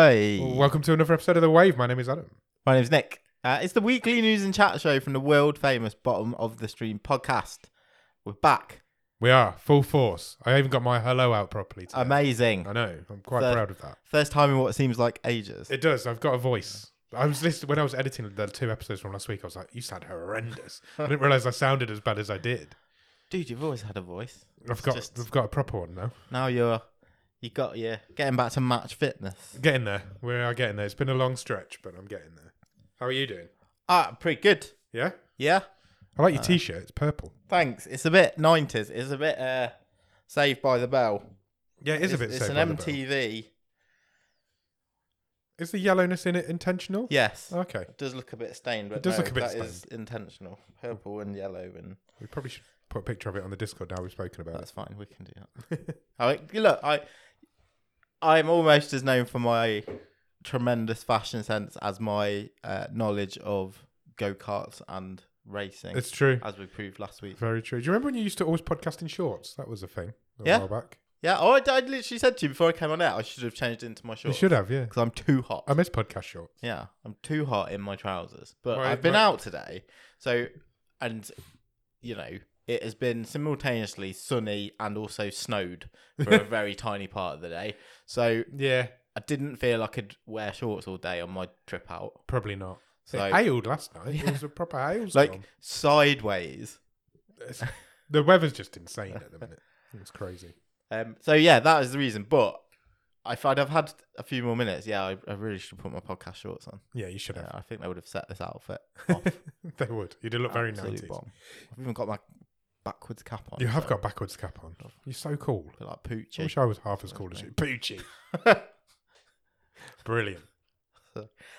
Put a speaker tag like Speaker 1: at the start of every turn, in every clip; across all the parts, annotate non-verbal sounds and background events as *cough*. Speaker 1: Welcome to another episode of The Wave. My name is Adam.
Speaker 2: My name's Nick. Uh, it's the weekly news and chat show from the world famous Bottom of the Stream podcast. We're back.
Speaker 1: We are full force. I even got my hello out properly. Today.
Speaker 2: Amazing.
Speaker 1: I know. I'm quite
Speaker 2: So-
Speaker 1: proud of that.
Speaker 2: First time in what seems like ages.
Speaker 1: It does. I've got a voice. I was listening when I was editing the two episodes from last week. I was like, "You sound horrendous." I didn't realize I sounded as bad as I did.
Speaker 2: *laughs* Dude, you've always had a voice.
Speaker 1: I've
Speaker 2: It's
Speaker 1: got
Speaker 2: just-
Speaker 1: I've got a proper one now.
Speaker 2: Now you're you got you getting back to match fitness.
Speaker 1: Getting there. We are getting there. It's been a long stretch, but I'm getting there. How are you doing?
Speaker 2: Ah, pretty good.
Speaker 1: Yeah.
Speaker 2: Yeah.
Speaker 1: I like your
Speaker 2: Uh,
Speaker 1: t-shirt. It's purple.
Speaker 2: Thanks. It's a bit nineties. It's a bit uh saved by the bell.
Speaker 1: Yeah, it is a bit.
Speaker 2: it's
Speaker 1: Saved by the
Speaker 2: an
Speaker 1: Bell.
Speaker 2: MTV.
Speaker 1: Is the yellowness in it intentional?
Speaker 2: Yes.
Speaker 1: Okay.
Speaker 2: It does look a bit stained,
Speaker 1: Oh.
Speaker 2: but
Speaker 1: It does
Speaker 2: no,
Speaker 1: look a bit
Speaker 2: that is intentional. Purple and yellow and
Speaker 1: We probably should put a picture of it on the Discord now we've spoken about it.
Speaker 2: That's fine. We can do that. *laughs* I, look, I, I'm almost as known for my tremendous fashion sense as my uh, knowledge of go karts and racing,
Speaker 1: It's true.
Speaker 2: as we proved last week.
Speaker 1: Very true. Do you remember when you used to always podcast in shorts? That was a thing a
Speaker 2: Yeah.
Speaker 1: while back.
Speaker 2: Yeah. Oh, I, I literally said to you before I came on out, I should have changed into my
Speaker 1: You
Speaker 2: shorts
Speaker 1: should have, yeah.
Speaker 2: because I'm too hot.
Speaker 1: I miss podcast shorts.
Speaker 2: yeah, I'm too hot in my trousers. But
Speaker 1: Right,
Speaker 2: I've been
Speaker 1: right.
Speaker 2: out today, so and you know. It has been simultaneously sunny and also snowed
Speaker 1: *laughs*
Speaker 2: for a very tiny part of the day. So
Speaker 1: Yeah,
Speaker 2: I didn't feel I could wear shorts all day on my trip out.
Speaker 1: probably not.
Speaker 2: So
Speaker 1: it hailed last night. It was a proper hailstorm.
Speaker 2: like sideways.
Speaker 1: It's- the weather's just insane at the
Speaker 2: *laughs*
Speaker 1: minute. It's crazy.
Speaker 2: Um, so yeah, that is the reason. But if I'd have had a few more minutes, yeah, I, I really should put my podcast shorts on.
Speaker 1: Yeah, you should
Speaker 2: Yeah,
Speaker 1: have.
Speaker 2: I think they would have set this outfit off.
Speaker 1: *laughs* they would. You did look very
Speaker 2: Absolute
Speaker 1: nineties.
Speaker 2: bomb. I've even got my backwards cap on.
Speaker 1: You have
Speaker 2: so
Speaker 1: got a backwards cap on.
Speaker 2: Oh.
Speaker 1: You're so cool.
Speaker 2: I feel like
Speaker 1: I
Speaker 2: Poochie.
Speaker 1: wish I was half as cool as you. Poochie.
Speaker 2: *laughs*
Speaker 1: Brilliant.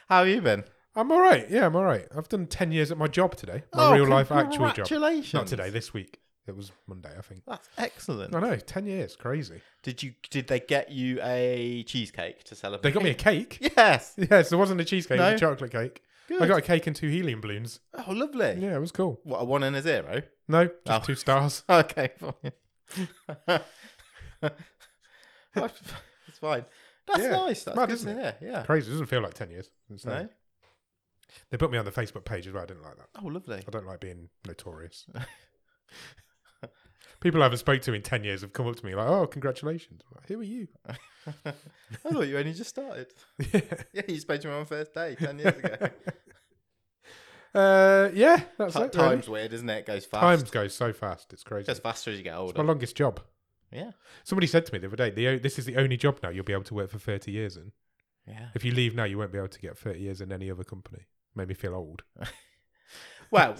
Speaker 2: How have you been?
Speaker 1: I'm all right. Yeah, I'm all right. I've done ten years at my job today.
Speaker 2: Oh,
Speaker 1: My real life actual job.
Speaker 2: Congratulations.
Speaker 1: Not today. This week. It was Monday, I think.
Speaker 2: That's excellent.
Speaker 1: I know. Ten years. Crazy.
Speaker 2: Did you? Did they get you a cheesecake to celebrate?
Speaker 1: They got me a cake.
Speaker 2: *laughs*
Speaker 1: *laughs*
Speaker 2: Yes.
Speaker 1: Yes, there wasn't a cheesecake, it was a
Speaker 2: No?
Speaker 1: chocolate cake. I
Speaker 2: Good.
Speaker 1: got a cake and two helium balloons.
Speaker 2: Oh, lovely.
Speaker 1: Yeah, it was cool.
Speaker 2: What a one and a zero.
Speaker 1: No, just
Speaker 2: Oh.
Speaker 1: two *laughs* stars.
Speaker 2: Okay, *laughs* fine. it's fine. That's
Speaker 1: Yeah,
Speaker 2: nice. That's
Speaker 1: mad,
Speaker 2: good
Speaker 1: isn't
Speaker 2: to hear. Yeah.
Speaker 1: Crazy. It doesn't feel like 10 years. It's
Speaker 2: No?
Speaker 1: not. They put me on the Facebook page as well. I didn't like that. *laughs*
Speaker 2: Oh, lovely.
Speaker 1: I don't like being notorious. *laughs* People I haven't spoke to in 10 years have come up to me like, oh, congratulations. I'm like, Who are you?
Speaker 2: I thought you only just started. *laughs*
Speaker 1: yeah.
Speaker 2: Yeah, you spoke to me on my first day ten years ago.
Speaker 1: *laughs* Uh, yeah, that's
Speaker 2: Ti-
Speaker 1: it. really.
Speaker 2: Time's weird, isn't it? It goes fast.
Speaker 1: Times goes so fast. It's crazy.
Speaker 2: It goes faster as you get
Speaker 1: it's my
Speaker 2: older.
Speaker 1: longest job.
Speaker 2: Yeah.
Speaker 1: Somebody said to me the other day, the, o- this is the only job now you'll be able to work for 30 years in.
Speaker 2: Yeah.
Speaker 1: If you leave now, you won't be able to get 30 years in any other company. Made me feel old.
Speaker 2: Well,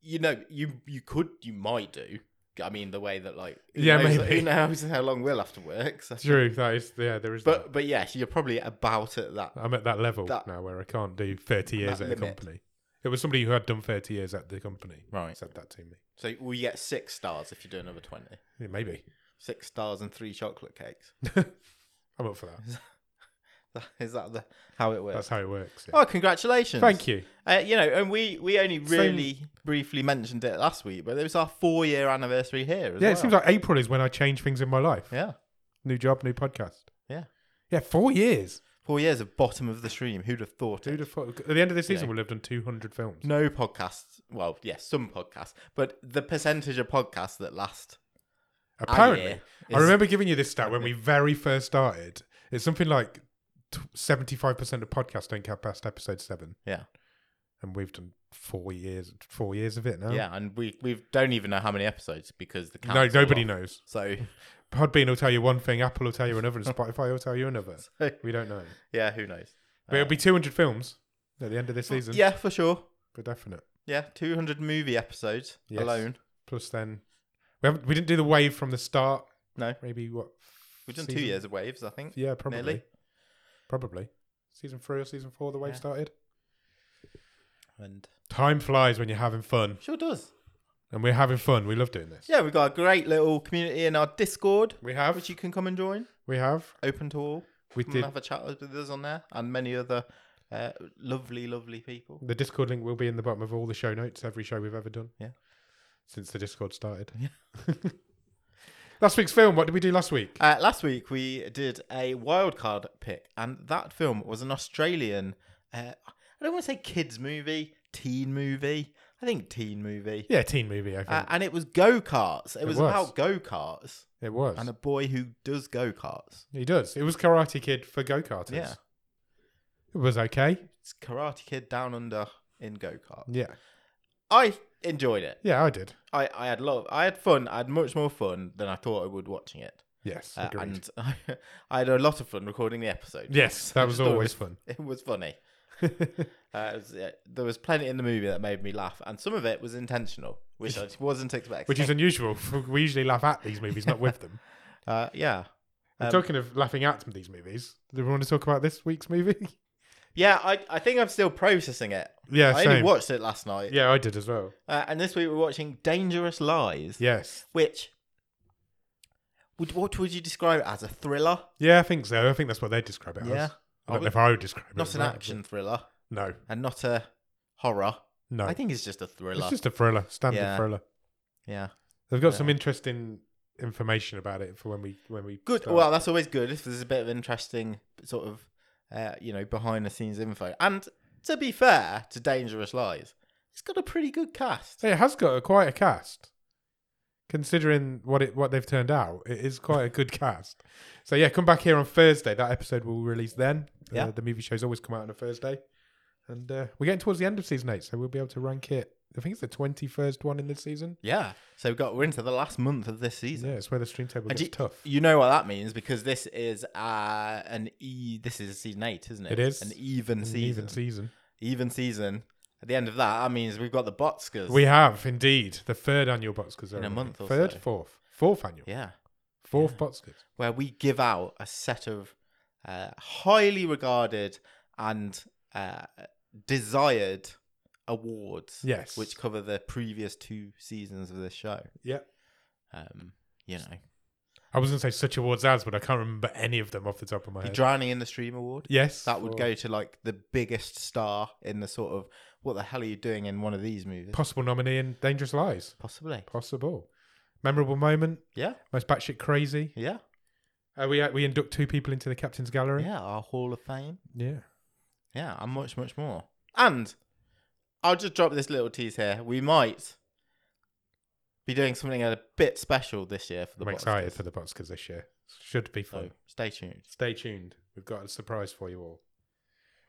Speaker 2: you know, you you could, you might do. I mean, the way that like, who
Speaker 1: Yeah,
Speaker 2: knows,
Speaker 1: maybe.
Speaker 2: Who knows how long we'll have to work? So.
Speaker 1: True, that is, yeah, there is.
Speaker 2: But but yes, you're probably about at that.
Speaker 1: that. I'm at that level
Speaker 2: that-
Speaker 1: now where I can't do 30 years at
Speaker 2: that
Speaker 1: a
Speaker 2: limit.
Speaker 1: company. It was somebody who had done 30 years at the company
Speaker 2: Right.
Speaker 1: said that to me.
Speaker 2: So will you get six stars if you do another twenty?
Speaker 1: Yeah, maybe
Speaker 2: Six stars and three
Speaker 1: *laughs*
Speaker 2: chocolate cakes.
Speaker 1: I'm up for that.
Speaker 2: *laughs* Is that the how it
Speaker 1: That's
Speaker 2: works?
Speaker 1: how it works. yeah.
Speaker 2: Oh, congratulations!
Speaker 1: Thank you.
Speaker 2: Uh, you know, and we we only really briefly mentioned it last week, but it was our four year anniversary here. As
Speaker 1: Yeah,
Speaker 2: well.
Speaker 1: it seems like April is when I change things in my life.
Speaker 2: yeah,
Speaker 1: New job, new podcast.
Speaker 2: yeah,
Speaker 1: Yeah, four years.
Speaker 2: four years of bottom of the stream. Who'd have thought?
Speaker 1: Who'd
Speaker 2: It?
Speaker 1: have thought? At the end of this season,
Speaker 2: Yeah.
Speaker 1: we'll have done 200 films.
Speaker 2: No podcasts. Well, yes, some podcasts, but the percentage of podcasts that last.
Speaker 1: Apparently,
Speaker 2: year
Speaker 1: I
Speaker 2: is-
Speaker 1: remember giving you this stat when we very first started. It's something like t- 75% of podcasts don't get past episode seven.
Speaker 2: Yeah,
Speaker 1: and we've done four years four years of it now.
Speaker 2: yeah, and we we don't even know how many episodes because the
Speaker 1: No,
Speaker 2: count's all
Speaker 1: nobody
Speaker 2: off.
Speaker 1: knows.
Speaker 2: So *laughs*
Speaker 1: Podbean will tell you one thing, Apple will tell you another, and Spotify will tell you another. We don't know.
Speaker 2: yeah, who knows?
Speaker 1: But it'll be 200 films at the end of this season.
Speaker 2: Oh, Yeah, for sure.
Speaker 1: For definite.
Speaker 2: Yeah, 200 movie episodes
Speaker 1: Yes.
Speaker 2: alone.
Speaker 1: Plus then, we, haven't, we didn't do the wave from the start.
Speaker 2: No.
Speaker 1: Maybe what?
Speaker 2: We've done two
Speaker 1: season-
Speaker 2: years of waves, I think.
Speaker 1: Yeah, probably.
Speaker 2: Nearly.
Speaker 1: Probably. Season three or season four, the wave
Speaker 2: Yeah.
Speaker 1: started.
Speaker 2: And
Speaker 1: Time flies when you're having fun.
Speaker 2: sure does.
Speaker 1: And we're having fun. We love doing this.
Speaker 2: Yeah, we've got a great little community in our Discord,
Speaker 1: We have.
Speaker 2: which you can come and join.
Speaker 1: we have.
Speaker 2: Open to all.
Speaker 1: We
Speaker 2: Come
Speaker 1: did.
Speaker 2: and have a chat with us on there and many other uh, lovely, lovely people.
Speaker 1: The Discord link will be in the bottom of all the show notes, every show we've ever done.
Speaker 2: Yeah.
Speaker 1: Since the Discord started. *laughs* Last week's film. What did we do last week?
Speaker 2: Uh, last week we did a wild card pick, and that film was an Australian. Uh, I don't want to say kids movie, teen movie. I think teen movie.
Speaker 1: Yeah, teen movie. I think
Speaker 2: Uh, and it was go karts. It, was,
Speaker 1: was.
Speaker 2: about go karts
Speaker 1: it was.
Speaker 2: and a boy who does go karts.
Speaker 1: he does. It was Karate Kid for go karters.
Speaker 2: Yeah.
Speaker 1: It was okay.
Speaker 2: It's Karate Kid Down Under in go kart.
Speaker 1: Yeah.
Speaker 2: I enjoyed it.
Speaker 1: Yeah, I did.
Speaker 2: I, I had love. I had fun. I had much more fun than I thought I would watching it.
Speaker 1: Yes.
Speaker 2: Uh,
Speaker 1: agreed.
Speaker 2: and *laughs* I, had a lot of fun recording *laughs* the episode.
Speaker 1: yes, that was
Speaker 2: thought it
Speaker 1: always fun.
Speaker 2: It was funny.
Speaker 1: *laughs*
Speaker 2: Uh, it was, uh, there was plenty in the movie that made me laugh, and some of it was intentional, which I wasn't expecting.
Speaker 1: Which
Speaker 2: *laughs*
Speaker 1: is unusual. *laughs* for- We usually laugh at these movies, not with them.
Speaker 2: uh, yeah,
Speaker 1: And
Speaker 2: Um,
Speaker 1: talking of laughing at these movies, do we want to talk about this week's movie? *laughs*
Speaker 2: yeah. I, I think I'm still processing it.
Speaker 1: yeah,
Speaker 2: I only
Speaker 1: same.
Speaker 2: watched it last night,
Speaker 1: Yeah, I did as well.
Speaker 2: uh, and this week we're watching Dangerous Lies,
Speaker 1: Yes.
Speaker 2: which would what would you describe it as a thriller,
Speaker 1: Yeah, I think so. I think that's what they describe it
Speaker 2: Yeah.
Speaker 1: as. I
Speaker 2: I
Speaker 1: don't
Speaker 2: would-
Speaker 1: know if I would describe it.
Speaker 2: not
Speaker 1: as
Speaker 2: an
Speaker 1: that,
Speaker 2: action thriller,
Speaker 1: but- No,
Speaker 2: and not a horror.
Speaker 1: no.
Speaker 2: I think it's just a
Speaker 1: it's
Speaker 2: thriller.
Speaker 1: just a thriller, standard
Speaker 2: Yeah.
Speaker 1: thriller.
Speaker 2: yeah,
Speaker 1: They've got some interesting information about it for when we when we
Speaker 2: good.
Speaker 1: start.
Speaker 2: Well, that's always good if there's a bit of interesting sort of, uh, you know, behind the scenes info. And to be fair to Dangerous Lies, it's got a pretty good cast.
Speaker 1: So it has got a, quite a cast, considering what it what they've turned out. It is quite a good *laughs* cast. So yeah, come back here on Thursday. That episode will release then.
Speaker 2: Yeah.
Speaker 1: uh, the movie shows always come out on a Thursday, and uh, we're getting towards the end of season eight, so we'll be able to rank it. I think it's the twenty first one in this season.
Speaker 2: Yeah. So we've got we're into the last month of this season.
Speaker 1: Yeah, it's where the stream table
Speaker 2: And
Speaker 1: gets
Speaker 2: you,
Speaker 1: tough.
Speaker 2: you know what that means because this is uh, an e. This is season eight, isn't it?
Speaker 1: It is.
Speaker 2: an even
Speaker 1: An
Speaker 2: season.
Speaker 1: Even season.
Speaker 2: Even season. At the end of that, that means we've got the Botskers.
Speaker 1: We have indeed the third annual Botskas.
Speaker 2: In a
Speaker 1: ceremony.
Speaker 2: month or
Speaker 1: third,
Speaker 2: so.
Speaker 1: fourth, fourth annual,
Speaker 2: yeah,
Speaker 1: fourth Botskas.
Speaker 2: where we give out a set of uh, highly regarded and uh, desired awards.
Speaker 1: Yes.
Speaker 2: which cover the previous two seasons of this show.
Speaker 1: Yeah.
Speaker 2: Um, you know,
Speaker 1: I was going to say such awards as, but I can't remember any of them off the top of my
Speaker 2: the
Speaker 1: head.
Speaker 2: Drowning in the Stream Award.
Speaker 1: yes,
Speaker 2: That would
Speaker 1: for-
Speaker 2: go to like the biggest star in the sort of what the hell are you doing in one of these movies?
Speaker 1: Possible nominee in Dangerous Lies.
Speaker 2: Possibly.
Speaker 1: Possible. Memorable moment.
Speaker 2: Yeah.
Speaker 1: Most batshit crazy.
Speaker 2: Yeah.
Speaker 1: Uh, we we induct two people into the captain's gallery.
Speaker 2: Yeah. Our Hall of Fame.
Speaker 1: Yeah.
Speaker 2: Yeah. And much, much more. And I'll just drop this little tease here. We might be doing something a bit special this year for the
Speaker 1: I'm
Speaker 2: box.
Speaker 1: excited for the Boxkers this year. Should be fun.
Speaker 2: So stay tuned.
Speaker 1: Stay tuned. We've got a surprise for you all.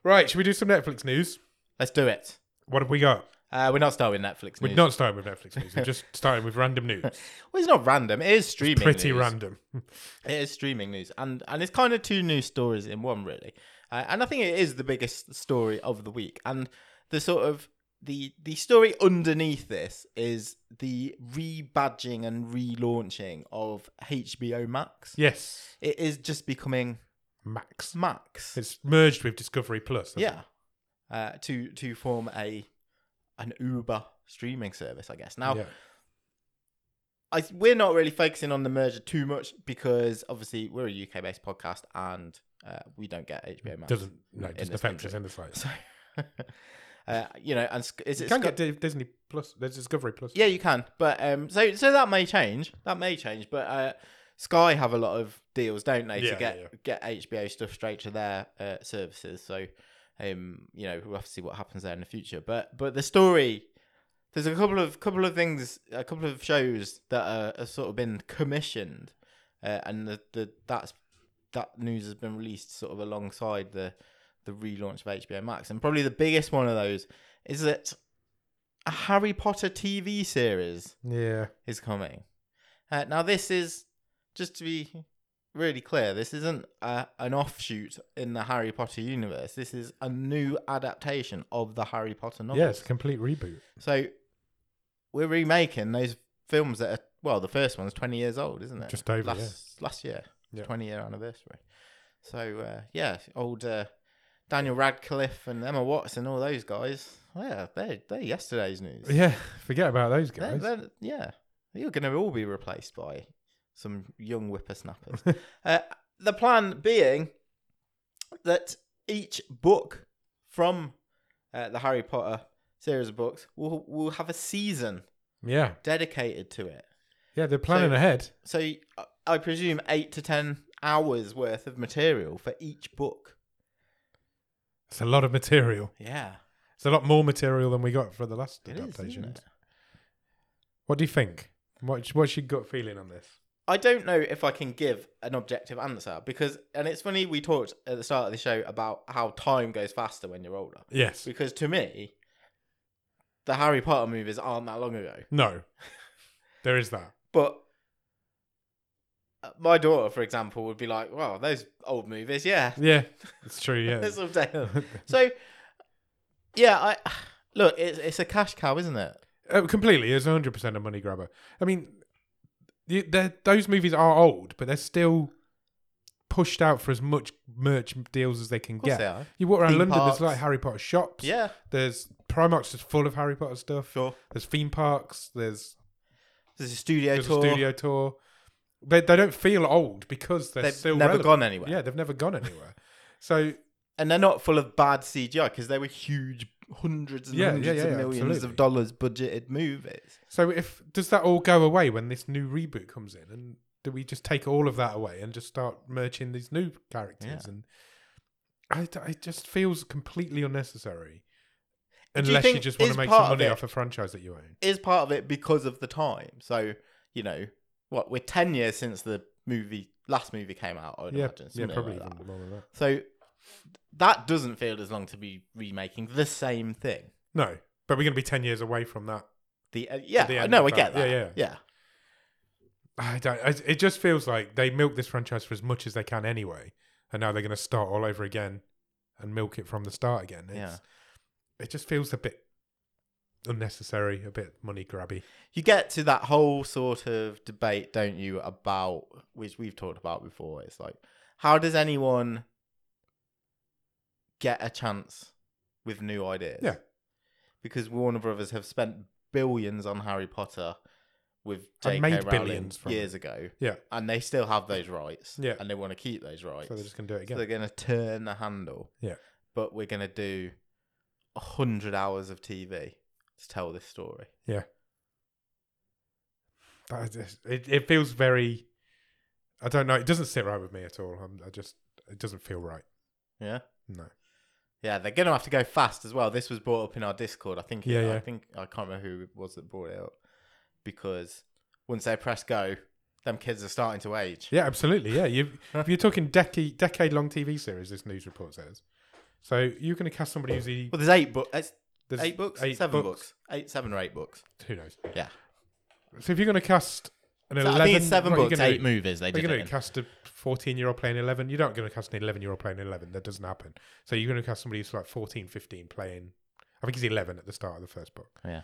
Speaker 1: Right, should we do some Netflix news?
Speaker 2: Let's do it.
Speaker 1: What have we got?
Speaker 2: Uh, we're not starting Netflix
Speaker 1: We're
Speaker 2: news.
Speaker 1: not starting with Netflix news. We're
Speaker 2: *laughs*
Speaker 1: just starting with random news.
Speaker 2: Well, it's not random. It is streaming.
Speaker 1: Pretty
Speaker 2: news.
Speaker 1: random. *laughs*
Speaker 2: It is streaming news, and and it's kind of two news stories in one, really. Uh, and I think it is the biggest story of the week. And the sort of the the story underneath this is the rebadging and relaunching of HBO Max.
Speaker 1: yes.
Speaker 2: It is just becoming
Speaker 1: Max.
Speaker 2: Max.
Speaker 1: It's merged with Discovery Plus. hasn't
Speaker 2: yeah, uh, to to form a an Uber streaming service, I guess. Now
Speaker 1: it? Yeah.
Speaker 2: I, we're not really focusing on the merger too much because obviously we're a UK based podcast and uh, we don't get HBO Max.
Speaker 1: Doesn't no,
Speaker 2: in
Speaker 1: just
Speaker 2: this
Speaker 1: affect us
Speaker 2: country.
Speaker 1: in the slightest.
Speaker 2: So, uh, you know, and sc- is
Speaker 1: You
Speaker 2: it
Speaker 1: can
Speaker 2: Sky-
Speaker 1: get Di- Disney Plus. There's Discovery Plus.
Speaker 2: yeah, you can. But um, so so that may change. That may change. But uh, Sky have a lot of deals, don't they,
Speaker 1: Yeah,
Speaker 2: to get
Speaker 1: yeah,
Speaker 2: get HBO stuff straight to their uh, services. So um, you know, we'll have to see what happens there in the future. But but the story. There's a couple of couple of things, a couple of shows that are, are sort of been commissioned, uh, and the, the that's that news has been released sort of alongside the the relaunch of HBO Max, and probably the biggest one of those is that a Harry Potter TV series
Speaker 1: Yeah.
Speaker 2: is coming. Uh, now, this is just to be really clear. This isn't uh, an offshoot in the Harry Potter universe. This is a new adaptation of the Harry Potter novels.
Speaker 1: Yeah, it's a complete reboot.
Speaker 2: So we're remaking those films that are well, the first one's twenty years old, isn't it?
Speaker 1: Just over, yeah.
Speaker 2: last, last year,
Speaker 1: Yeah.
Speaker 2: twenty year anniversary. So uh, yeah, old uh, Daniel Radcliffe and Emma Watson, all those guys. Yeah, they're they're yesterday's news.
Speaker 1: Yeah, forget about those
Speaker 2: They're-
Speaker 1: guys.
Speaker 2: they're- yeah, you're going to all be replaced by some young whippersnappers. uh, the plan being that each book from uh, the Harry Potter series of books will will have a season
Speaker 1: Yeah,
Speaker 2: dedicated to it.
Speaker 1: Yeah, they're planning
Speaker 2: So-
Speaker 1: ahead.
Speaker 2: So y- I presume eight to ten hours worth of material for each book.
Speaker 1: It's a lot of material.
Speaker 2: Yeah,
Speaker 1: It's a lot more material than we got for the last
Speaker 2: it is, isn't
Speaker 1: adaptations.
Speaker 2: it?
Speaker 1: What do you think? What's, what's your gut feeling on this?
Speaker 2: I don't know if I can give an objective answer because, and it's funny we talked at the start of the show about how time goes faster when you're older.
Speaker 1: Yes.
Speaker 2: Because to me, the Harry Potter movies aren't that long ago.
Speaker 1: No. there is that.
Speaker 2: But uh, my daughter, for example, would be like, "Wow, those old movies, yeah,
Speaker 1: Yeah, it's true. Yeah.
Speaker 2: *laughs* it's all day."
Speaker 1: *laughs*
Speaker 2: so, yeah, I *sighs* look. It's it's a cash cow, isn't it?
Speaker 1: Uh, completely. It's 100% a money grabber. I mean, you, they're- those movies are old, but they're still pushed out for as much merch deals as they can
Speaker 2: Of course
Speaker 1: get.
Speaker 2: they are.
Speaker 1: You walk around
Speaker 2: Theme
Speaker 1: London,
Speaker 2: parks.
Speaker 1: there's like Harry Potter shops.
Speaker 2: Yeah,
Speaker 1: There's Primark's just full of Harry Potter stuff.
Speaker 2: sure.
Speaker 1: There's theme parks. There's,
Speaker 2: There's a studio
Speaker 1: there's
Speaker 2: tour.
Speaker 1: a studio tour. They, they don't feel old because they're
Speaker 2: They've
Speaker 1: still
Speaker 2: never
Speaker 1: relevant.
Speaker 2: gone anywhere,
Speaker 1: Yeah, they've never gone
Speaker 2: *laughs*
Speaker 1: anywhere. So
Speaker 2: and they're not full of bad CGI because they were huge, hundreds and
Speaker 1: Yeah, yeah,
Speaker 2: hundreds
Speaker 1: yeah,
Speaker 2: of
Speaker 1: yeah,
Speaker 2: millions
Speaker 1: absolutely.
Speaker 2: of dollars budgeted movies.
Speaker 1: So if does that all go away when this new reboot comes in, and do we just take all of that away and just start merging these new characters?
Speaker 2: Yeah.
Speaker 1: And I, d- it just feels completely unnecessary,
Speaker 2: Do you
Speaker 1: unless you,
Speaker 2: think
Speaker 1: just want
Speaker 2: is
Speaker 1: to make
Speaker 2: part
Speaker 1: some
Speaker 2: of
Speaker 1: money
Speaker 2: it-
Speaker 1: off a franchise that you own.
Speaker 2: Is part of it because of the time. So you know what? We're ten years since the movie last movie came out. I would
Speaker 1: yeah,
Speaker 2: imagine.
Speaker 1: yeah,
Speaker 2: something
Speaker 1: probably
Speaker 2: like that.
Speaker 1: even more than that.
Speaker 2: So that doesn't feel as long to be remaking the same thing.
Speaker 1: No, but we're going to be ten years away from that.
Speaker 2: The uh, yeah,
Speaker 1: At the
Speaker 2: I
Speaker 1: end
Speaker 2: no,
Speaker 1: of
Speaker 2: I
Speaker 1: that.
Speaker 2: get that.
Speaker 1: Yeah, yeah. I don't. I, it just feels like they milk this franchise for as much as they can anyway, and now they're going to start all over again and milk it from the start again. It's, It just feels a bit unnecessary, a bit money grabby.
Speaker 2: You get to that whole sort of debate, don't you, about which we've talked about before. It's like, how does anyone get a chance with new ideas?
Speaker 1: Yeah.
Speaker 2: Because Warner Brothers have spent billions on Harry Potter with
Speaker 1: And
Speaker 2: J.K.
Speaker 1: made
Speaker 2: Rowling
Speaker 1: billions from
Speaker 2: years ago.
Speaker 1: Yeah.
Speaker 2: And they still have those rights.
Speaker 1: Yeah.
Speaker 2: And they want to keep those rights.
Speaker 1: So they're just going to do it
Speaker 2: So
Speaker 1: again.
Speaker 2: they're going to turn the handle.
Speaker 1: Yeah.
Speaker 2: But we're going to do a 100 hours of TV to tell this story.
Speaker 1: That is just- it, it feels very. I don't know. It doesn't sit right with me at all. I'm, I just. It doesn't feel right.
Speaker 2: Yeah.
Speaker 1: No.
Speaker 2: Yeah, they're going to have to go fast as well. This was brought up in our Discord. I think
Speaker 1: Yeah, yeah.
Speaker 2: I think I can't remember who it was that brought it up because once they press go, them kids are starting to age.
Speaker 1: Yeah, absolutely. Yeah, you.
Speaker 2: *laughs*
Speaker 1: if you're talking decade decade long TV series, this news report says. So you're going to cast somebody who's the,
Speaker 2: Well, there's eight books.
Speaker 1: there's
Speaker 2: Eight books?
Speaker 1: eight
Speaker 2: seven books. Eight, seven or eight books.
Speaker 1: Who knows?
Speaker 2: Yeah.
Speaker 1: So if you're going to cast an
Speaker 2: So
Speaker 1: eleven,
Speaker 2: I think it's seven
Speaker 1: what are you
Speaker 2: books,
Speaker 1: gonna
Speaker 2: eight
Speaker 1: do?
Speaker 2: movies. They
Speaker 1: They're
Speaker 2: did
Speaker 1: going
Speaker 2: it
Speaker 1: to
Speaker 2: in.
Speaker 1: cast a 14 year old playing 11. You're not going to cast an 11 year old playing 11. That doesn't happen. So you're going to cast somebody who's like 14, 15 playing. I think he's 11 at the start of the first book.
Speaker 2: Yeah.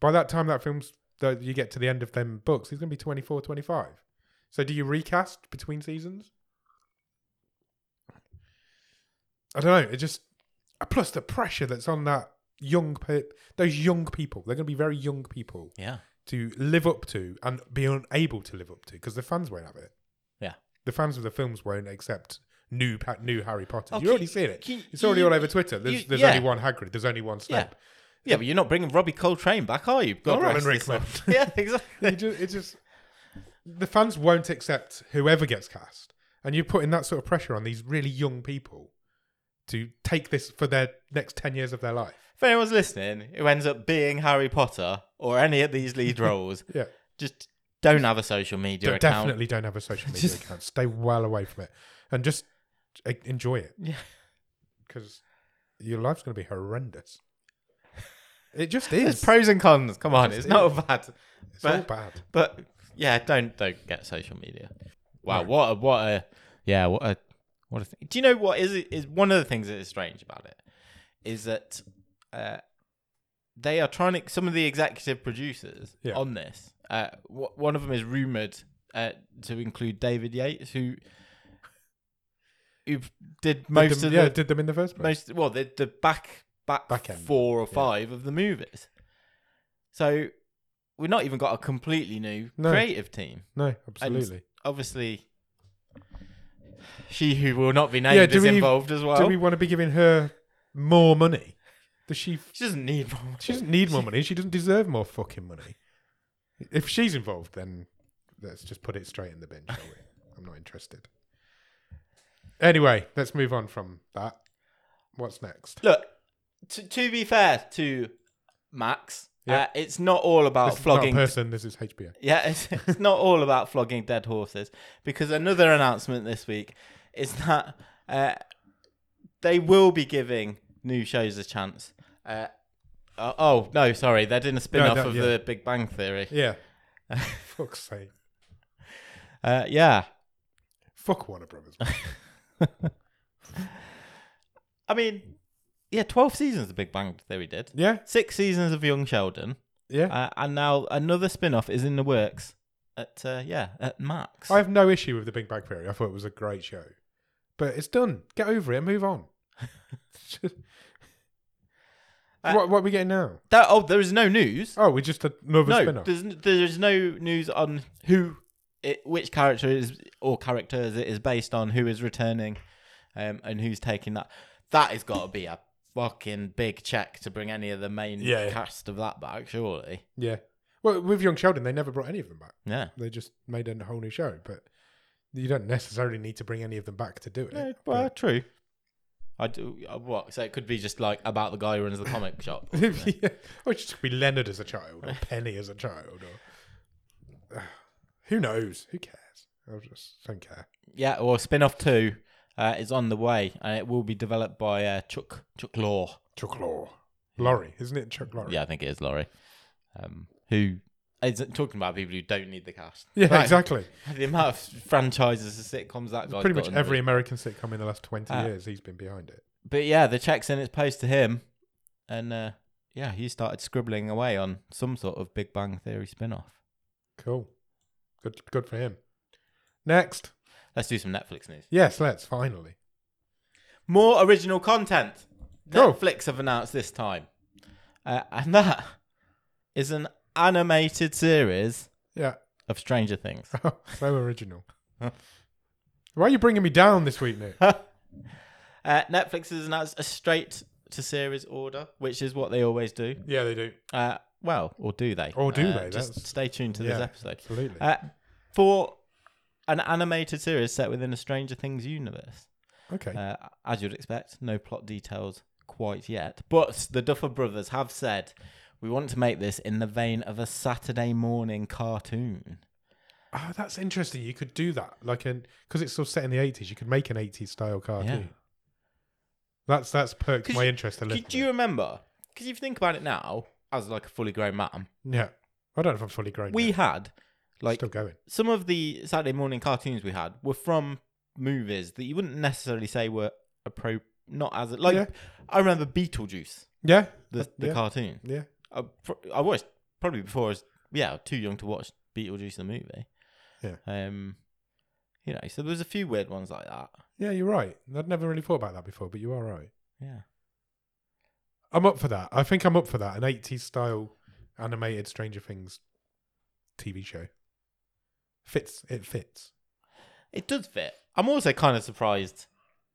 Speaker 1: By that time, that film's, though you get to the end of them books, he's going to be 24, 25. So do you recast between seasons? I don't know. It just, plus the pressure that's on that young, pe- those young people. They're going to be very young people
Speaker 2: Yeah.
Speaker 1: to live up to and be unable to live up to because the fans won't have it.
Speaker 2: Yeah.
Speaker 1: the fans of the films won't accept new pa- new Harry Potter.
Speaker 2: Oh,
Speaker 1: You're
Speaker 2: can-
Speaker 1: already seeing it.
Speaker 2: can-
Speaker 1: It's already
Speaker 2: you-
Speaker 1: all over Twitter. There's,
Speaker 2: you-
Speaker 1: there's
Speaker 2: yeah.
Speaker 1: only one Hagrid. There's only one Snape.
Speaker 2: Yeah, but you're not bringing Robbie Coltrane back, are you? God
Speaker 1: Or Alan
Speaker 2: rest his soul. *laughs*
Speaker 1: Rickman.
Speaker 2: yeah, exactly.
Speaker 1: It, just, it just the fans won't accept whoever gets cast, and you're putting that sort of pressure on these really young people to take this for their next ten years of their life.
Speaker 2: If anyone's listening who ends up being Harry Potter or any of
Speaker 1: *laughs*
Speaker 2: these lead roles,
Speaker 1: Yeah.
Speaker 2: just don't have a social media
Speaker 1: But
Speaker 2: account.
Speaker 1: definitely don't have a social media
Speaker 2: Just-
Speaker 1: account. Stay well away from it, and just uh, enjoy it.
Speaker 2: Yeah.
Speaker 1: because your life's going to be horrendous. It just
Speaker 2: There's
Speaker 1: is.
Speaker 2: pros and cons. Come on,
Speaker 1: It
Speaker 2: it's
Speaker 1: is.
Speaker 2: not bad.
Speaker 1: it's
Speaker 2: but-
Speaker 1: all bad.
Speaker 2: But yeah, don't don't get social media. Wow,
Speaker 1: No.
Speaker 2: what a what a yeah, what a what a thing. Do you know what is it is one of the things that is strange about it is that uh, they are trying to some of the executive producers
Speaker 1: Yeah.
Speaker 2: on this. Uh, w- one of them is rumored uh, to include David Yates, who who did most
Speaker 1: did them,
Speaker 2: of
Speaker 1: yeah,
Speaker 2: the
Speaker 1: did them in the first place.
Speaker 2: most well the the back back,
Speaker 1: Back end,
Speaker 2: four or five of the movies. So we've not even got a completely new
Speaker 1: No.
Speaker 2: creative team.
Speaker 1: no, absolutely.
Speaker 2: Obviously, she who will not be named
Speaker 1: Yeah, do
Speaker 2: is
Speaker 1: we-
Speaker 2: involved as well.
Speaker 1: Do we want to be giving her more money? Does she? f-
Speaker 2: She doesn't need one.
Speaker 1: She doesn't need more money. She doesn't deserve more fucking money. If she's involved, then Let's just put it straight in the bin, shall we? I'm not interested. Anyway, let's move on from that. What's next?
Speaker 2: Look, to, to be fair to Max,
Speaker 1: Yeah.
Speaker 2: uh, it's not all about
Speaker 1: this is not a
Speaker 2: flogging.
Speaker 1: Oh, person. This is HBO.
Speaker 2: yeah, *laughs* it's, it's not all about flogging dead horses because another announcement this week is that uh, they will be giving new shows a chance. Uh, oh, oh no, sorry, they're doing a spin off
Speaker 1: that-
Speaker 2: of
Speaker 1: yeah.
Speaker 2: the Big Bang Theory.
Speaker 1: Yeah. *laughs* Fuck's sake.
Speaker 2: Uh, yeah,
Speaker 1: Fuck Warner Brothers.
Speaker 2: I mean, yeah, twelve seasons of Big Bang Theory did.
Speaker 1: yeah.
Speaker 2: Six seasons of Young Sheldon,
Speaker 1: Yeah.
Speaker 2: uh, and now another spin-off is in the works at uh, yeah at Max.
Speaker 1: I have no issue with The Big Bang Theory. I thought it was a great show. But it's done. Get over it and move
Speaker 2: *laughs*
Speaker 1: on.
Speaker 2: Uh,
Speaker 1: what, what are we getting now?
Speaker 2: That- oh, there is no news.
Speaker 1: Oh, we're just another
Speaker 2: no,
Speaker 1: spin off.
Speaker 2: there's n- there's no news on who, it, which character is or characters it is based on, who is returning, um, and who's taking that. That has got to be a fucking big check to bring any of the main
Speaker 1: Yeah.
Speaker 2: cast of that back, surely.
Speaker 1: Yeah. Well, with Young Sheldon, they never brought any of them back.
Speaker 2: Yeah.
Speaker 1: They just made a whole new show. But you don't necessarily need to bring any of them back to do it.
Speaker 2: No, well, true. I do uh, what? So it could be just like about the guy who runs the comic shop.
Speaker 1: *laughs*
Speaker 2: *laughs*
Speaker 1: yeah. Or it should be Leonard as a child, or Penny as a child, or *sighs* who knows? Who cares? I just don't care.
Speaker 2: Yeah, or spin off two uh, is on the way, and it will be developed by uh, Chuck Chuck Law.
Speaker 1: Chuck Law, Laurie, isn't it? Chuck Laurie.
Speaker 2: Yeah, I think it is Laurie. Um, who is it- talking about people who don't need the cast.
Speaker 1: Yeah,
Speaker 2: Right.
Speaker 1: exactly.
Speaker 2: *laughs* The amount of franchises and sitcoms that guy's
Speaker 1: Pretty
Speaker 2: got
Speaker 1: much
Speaker 2: under-
Speaker 1: every American sitcom in the last twenty
Speaker 2: Uh,
Speaker 1: years, he's been behind it.
Speaker 2: But yeah, the check's in its post to him, and uh, yeah, he started scribbling away on some sort of Big Bang Theory spin-off.
Speaker 1: Cool. Good. Good for him. Next,
Speaker 2: Let's do some Netflix news.
Speaker 1: yes, let's finally.
Speaker 2: More original content.
Speaker 1: Cool.
Speaker 2: Netflix have announced this time, uh, and that is an animated series
Speaker 1: Yeah. *laughs*
Speaker 2: of Stranger Things.
Speaker 1: so original. Why are you bringing me down this week, Nick?
Speaker 2: Uh, Netflix has announced a straight to series order, which is what they always do.
Speaker 1: Yeah, they do.
Speaker 2: Uh, well, or do they?
Speaker 1: Or do
Speaker 2: Uh,
Speaker 1: they?
Speaker 2: Just
Speaker 1: That's-
Speaker 2: stay tuned to this
Speaker 1: Yeah,
Speaker 2: episode.
Speaker 1: Absolutely.
Speaker 2: Uh, for an animated series set within a Stranger Things universe,
Speaker 1: okay.
Speaker 2: uh, as you'd expect, no plot details quite yet. But the Duffer Brothers have said we want to make this in the vein of a Saturday morning cartoon.
Speaker 1: Oh, that's interesting. You could do that, like an because it's still set in the eighties. You could make an eighties style cartoon.
Speaker 2: Yeah.
Speaker 1: That's that's perked
Speaker 2: 'Cause
Speaker 1: my
Speaker 2: you-
Speaker 1: interest a
Speaker 2: Do,
Speaker 1: little.
Speaker 2: do you remember? Because if you think about it now, as like a fully grown man,
Speaker 1: bit. Yeah, I don't know if I'm fully grown.
Speaker 2: we
Speaker 1: yet.
Speaker 2: had like
Speaker 1: still going.
Speaker 2: some of the Saturday morning cartoons we had were from movies that you wouldn't necessarily say were appro not as like
Speaker 1: Yeah.
Speaker 2: I remember Beetlejuice
Speaker 1: Yeah,
Speaker 2: the the
Speaker 1: yeah.
Speaker 2: cartoon.
Speaker 1: yeah.
Speaker 2: I, pr- I watched probably before I was yeah too young to watch Beetlejuice the movie.
Speaker 1: Yeah.
Speaker 2: Um, you know, so there was a few weird ones like that.
Speaker 1: Yeah, you're right. I'd never really thought about that before, but you are right.
Speaker 2: Yeah.
Speaker 1: I'm up for that. I think I'm up for that. An eighties style animated Stranger Things TV show fits. It fits.
Speaker 2: It does fit. I'm also kind of surprised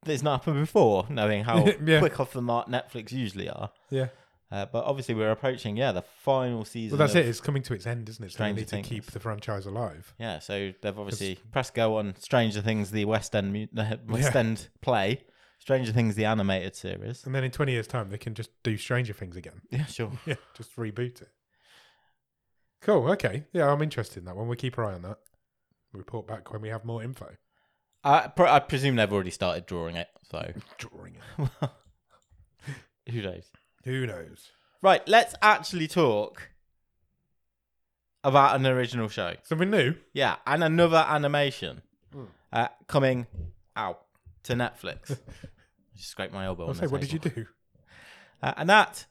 Speaker 2: that it's not happened before, knowing how
Speaker 1: *laughs* Yeah.
Speaker 2: quick off the mark Netflix usually are.
Speaker 1: Yeah.
Speaker 2: Uh, but obviously, we're approaching yeah the final season.
Speaker 1: Well, that's
Speaker 2: of-
Speaker 1: it. It's coming to its end, isn't it? So they
Speaker 2: Stranger
Speaker 1: need to keep
Speaker 2: Things.
Speaker 1: the franchise alive.
Speaker 2: Yeah, so they've obviously pressed go on Stranger Things, the West End mu- uh, West
Speaker 1: Yeah.
Speaker 2: End play, Stranger Things, the animated series.
Speaker 1: And then in 20 years' time, they can just do Stranger Things again. *laughs*
Speaker 2: Yeah, sure.
Speaker 1: Yeah, just reboot it. Cool. Okay. Yeah, I'm interested in that one. We'll keep our eye on that. Report back when we have more info.
Speaker 2: I, pr- I presume they've already started drawing it, so
Speaker 1: Drawing it.
Speaker 2: *laughs* who knows?
Speaker 1: Who knows?
Speaker 2: Right, let's actually talk about an original show.
Speaker 1: Something new?
Speaker 2: Yeah, and another animation uh, coming out to *laughs* Netflix. I just scraped my elbow.
Speaker 1: I'll
Speaker 2: on
Speaker 1: say,
Speaker 2: the
Speaker 1: what did you
Speaker 2: table.
Speaker 1: do?
Speaker 2: Uh, and that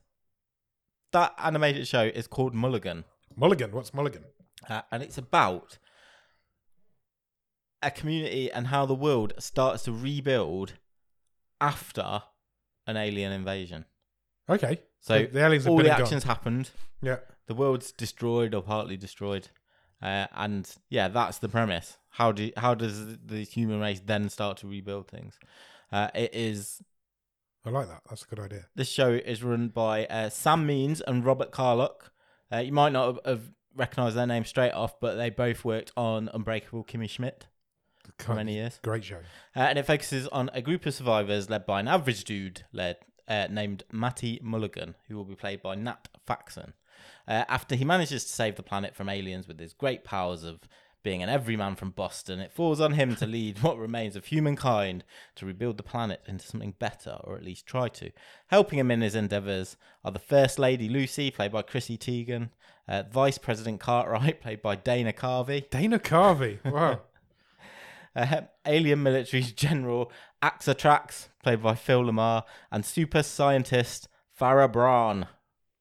Speaker 2: that animated show is called Mulligan.
Speaker 1: Mulligan. What's Mulligan?
Speaker 2: uh, and it's about a community and how the world starts to rebuild after an alien invasion.
Speaker 1: Okay.
Speaker 2: So
Speaker 1: the, the aliens have
Speaker 2: all
Speaker 1: been
Speaker 2: the
Speaker 1: and gone.
Speaker 2: actions happened.
Speaker 1: Yeah.
Speaker 2: The world's destroyed or partly destroyed, uh, and yeah, that's the premise. How do how does the- the human race then start to rebuild things? Uh, it is
Speaker 1: I like that. That's a good idea.
Speaker 2: this show is run by uh, Sam Means and Robert Carlock. Uh, you might not have- have recognize their name straight off, but they both worked on Unbreakable Kimmy Schmidt for many years.
Speaker 1: Great show.
Speaker 2: Uh, and it focuses on a group of survivors led by an average dude led uh, named Matty Mulligan, who will be played by Nat Faxon. Uh, after he manages to save the planet from aliens with his great powers of being an everyman from Boston, it falls on him to lead *laughs* what remains of humankind to rebuild the planet into something better, or at least try to. Helping him in his endeavours are the First Lady Lucy, played by Chrissy Teigen, uh, Vice President Cartwright, played by Dana Carvey,
Speaker 1: Dana
Speaker 2: *laughs*
Speaker 1: Carvey. Wow.
Speaker 2: uh, alien military *laughs* general Axatrax, played by Phil Lamar, and super scientist Farah Braun,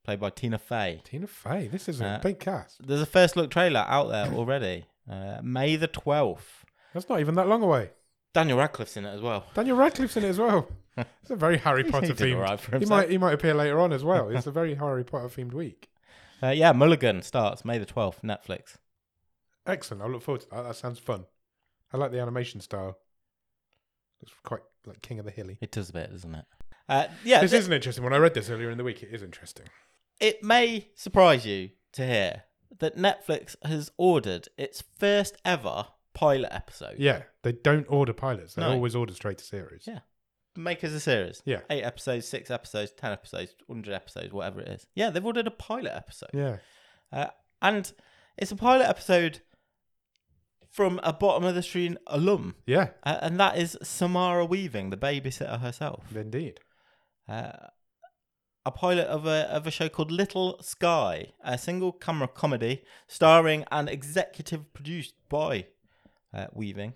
Speaker 2: played by Tina Fey.
Speaker 1: Tina Fey. This is a
Speaker 2: Uh,
Speaker 1: big cast.
Speaker 2: There's a first look trailer out
Speaker 1: *coughs*
Speaker 2: there already. Uh, May the 12th.
Speaker 1: That's not even that long away.
Speaker 2: Daniel Radcliffe's in it as well.
Speaker 1: Daniel Radcliffe's in it as
Speaker 2: *laughs*
Speaker 1: well. It's a very *laughs* Harry
Speaker 2: He
Speaker 1: Potter
Speaker 2: did
Speaker 1: themed.
Speaker 2: alright for
Speaker 1: he
Speaker 2: himself.
Speaker 1: might he might appear later on as well. It's a
Speaker 2: *laughs*
Speaker 1: very Harry Potter themed week.
Speaker 2: Uh, yeah, Mulligan starts May the 12th, Netflix.
Speaker 1: Excellent. I look forward to that. That sounds fun. I like the animation style. It's quite like King of the Hilly.
Speaker 2: It does a bit, doesn't it? Uh, yeah,
Speaker 1: This
Speaker 2: th-
Speaker 1: is an interesting one. I read this earlier in the week. It is interesting.
Speaker 2: it may surprise you to hear that Netflix has ordered its first ever pilot episode.
Speaker 1: Yeah, they don't order pilots. They
Speaker 2: No.
Speaker 1: always order straight to series.
Speaker 2: Yeah. Make us a series.
Speaker 1: Yeah.
Speaker 2: Eight episodes, six episodes, ten episodes, 100 episodes, whatever it is. Yeah, they've ordered a pilot episode.
Speaker 1: Yeah.
Speaker 2: Uh, and it's a pilot episode from a bottom of the screen alum.
Speaker 1: Yeah.
Speaker 2: Uh, and that is Samara Weaving, the babysitter herself.
Speaker 1: Indeed.
Speaker 2: Uh, a pilot of a of a show called Little Sky, a single camera comedy starring and executive produced by uh, Weaving.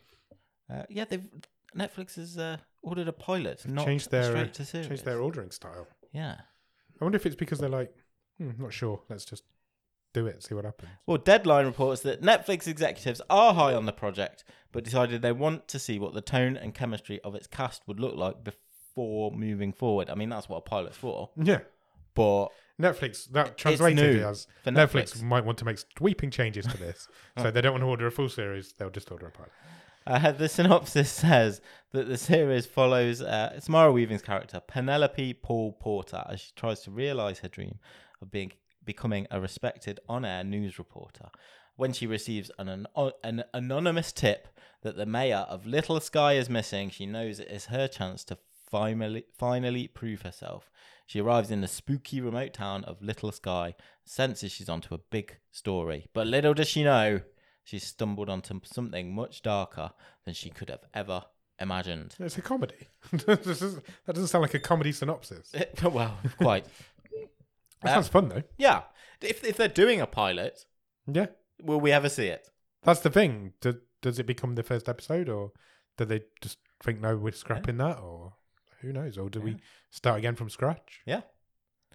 Speaker 2: Uh, yeah, they've Netflix has uh, ordered a pilot, not
Speaker 1: Change their uh,
Speaker 2: straight to series.
Speaker 1: change their ordering style.
Speaker 2: yeah.
Speaker 1: I wonder if it's because they're like, hmm, not sure. Let's just do it. See what happens.
Speaker 2: Well, Deadline reports that Netflix executives are high on the project, but decided they want to see what the tone and chemistry of its cast would look like before moving forward. I mean, that's what a pilot's for.
Speaker 1: Yeah.
Speaker 2: But
Speaker 1: Netflix that translated
Speaker 2: new
Speaker 1: as
Speaker 2: for
Speaker 1: Netflix.
Speaker 2: Netflix.
Speaker 1: might want to make sweeping changes to
Speaker 2: *laughs*
Speaker 1: this, so they don't want to order a full series. They'll just order a pilot.
Speaker 2: Uh, *laughs* the synopsis says that the series follows uh, Samara Weaving's character, Penelope Paul Porter, as she tries to realize her dream of being becoming a respected on-air news reporter. When she receives an, an, an anonymous tip that the mayor of Little Sky is missing, she knows it is her chance to finally finally prove herself. She arrives in the spooky remote town of Little Sky, senses she's onto a big story, but little does she know she stumbled onto something much darker than she could have ever imagined.
Speaker 1: It's a comedy. *laughs* This is- that doesn't sound like a comedy synopsis.
Speaker 2: well, quite.
Speaker 1: That
Speaker 2: Uh,
Speaker 1: sounds fun though.
Speaker 2: Yeah. If, if they're doing a pilot,
Speaker 1: Yeah,
Speaker 2: will we ever see it?
Speaker 1: that's the thing. Do, does it become the first episode, or do they just think no, we're scrapping that, or who knows? Or do we start again from scratch?
Speaker 2: Yeah,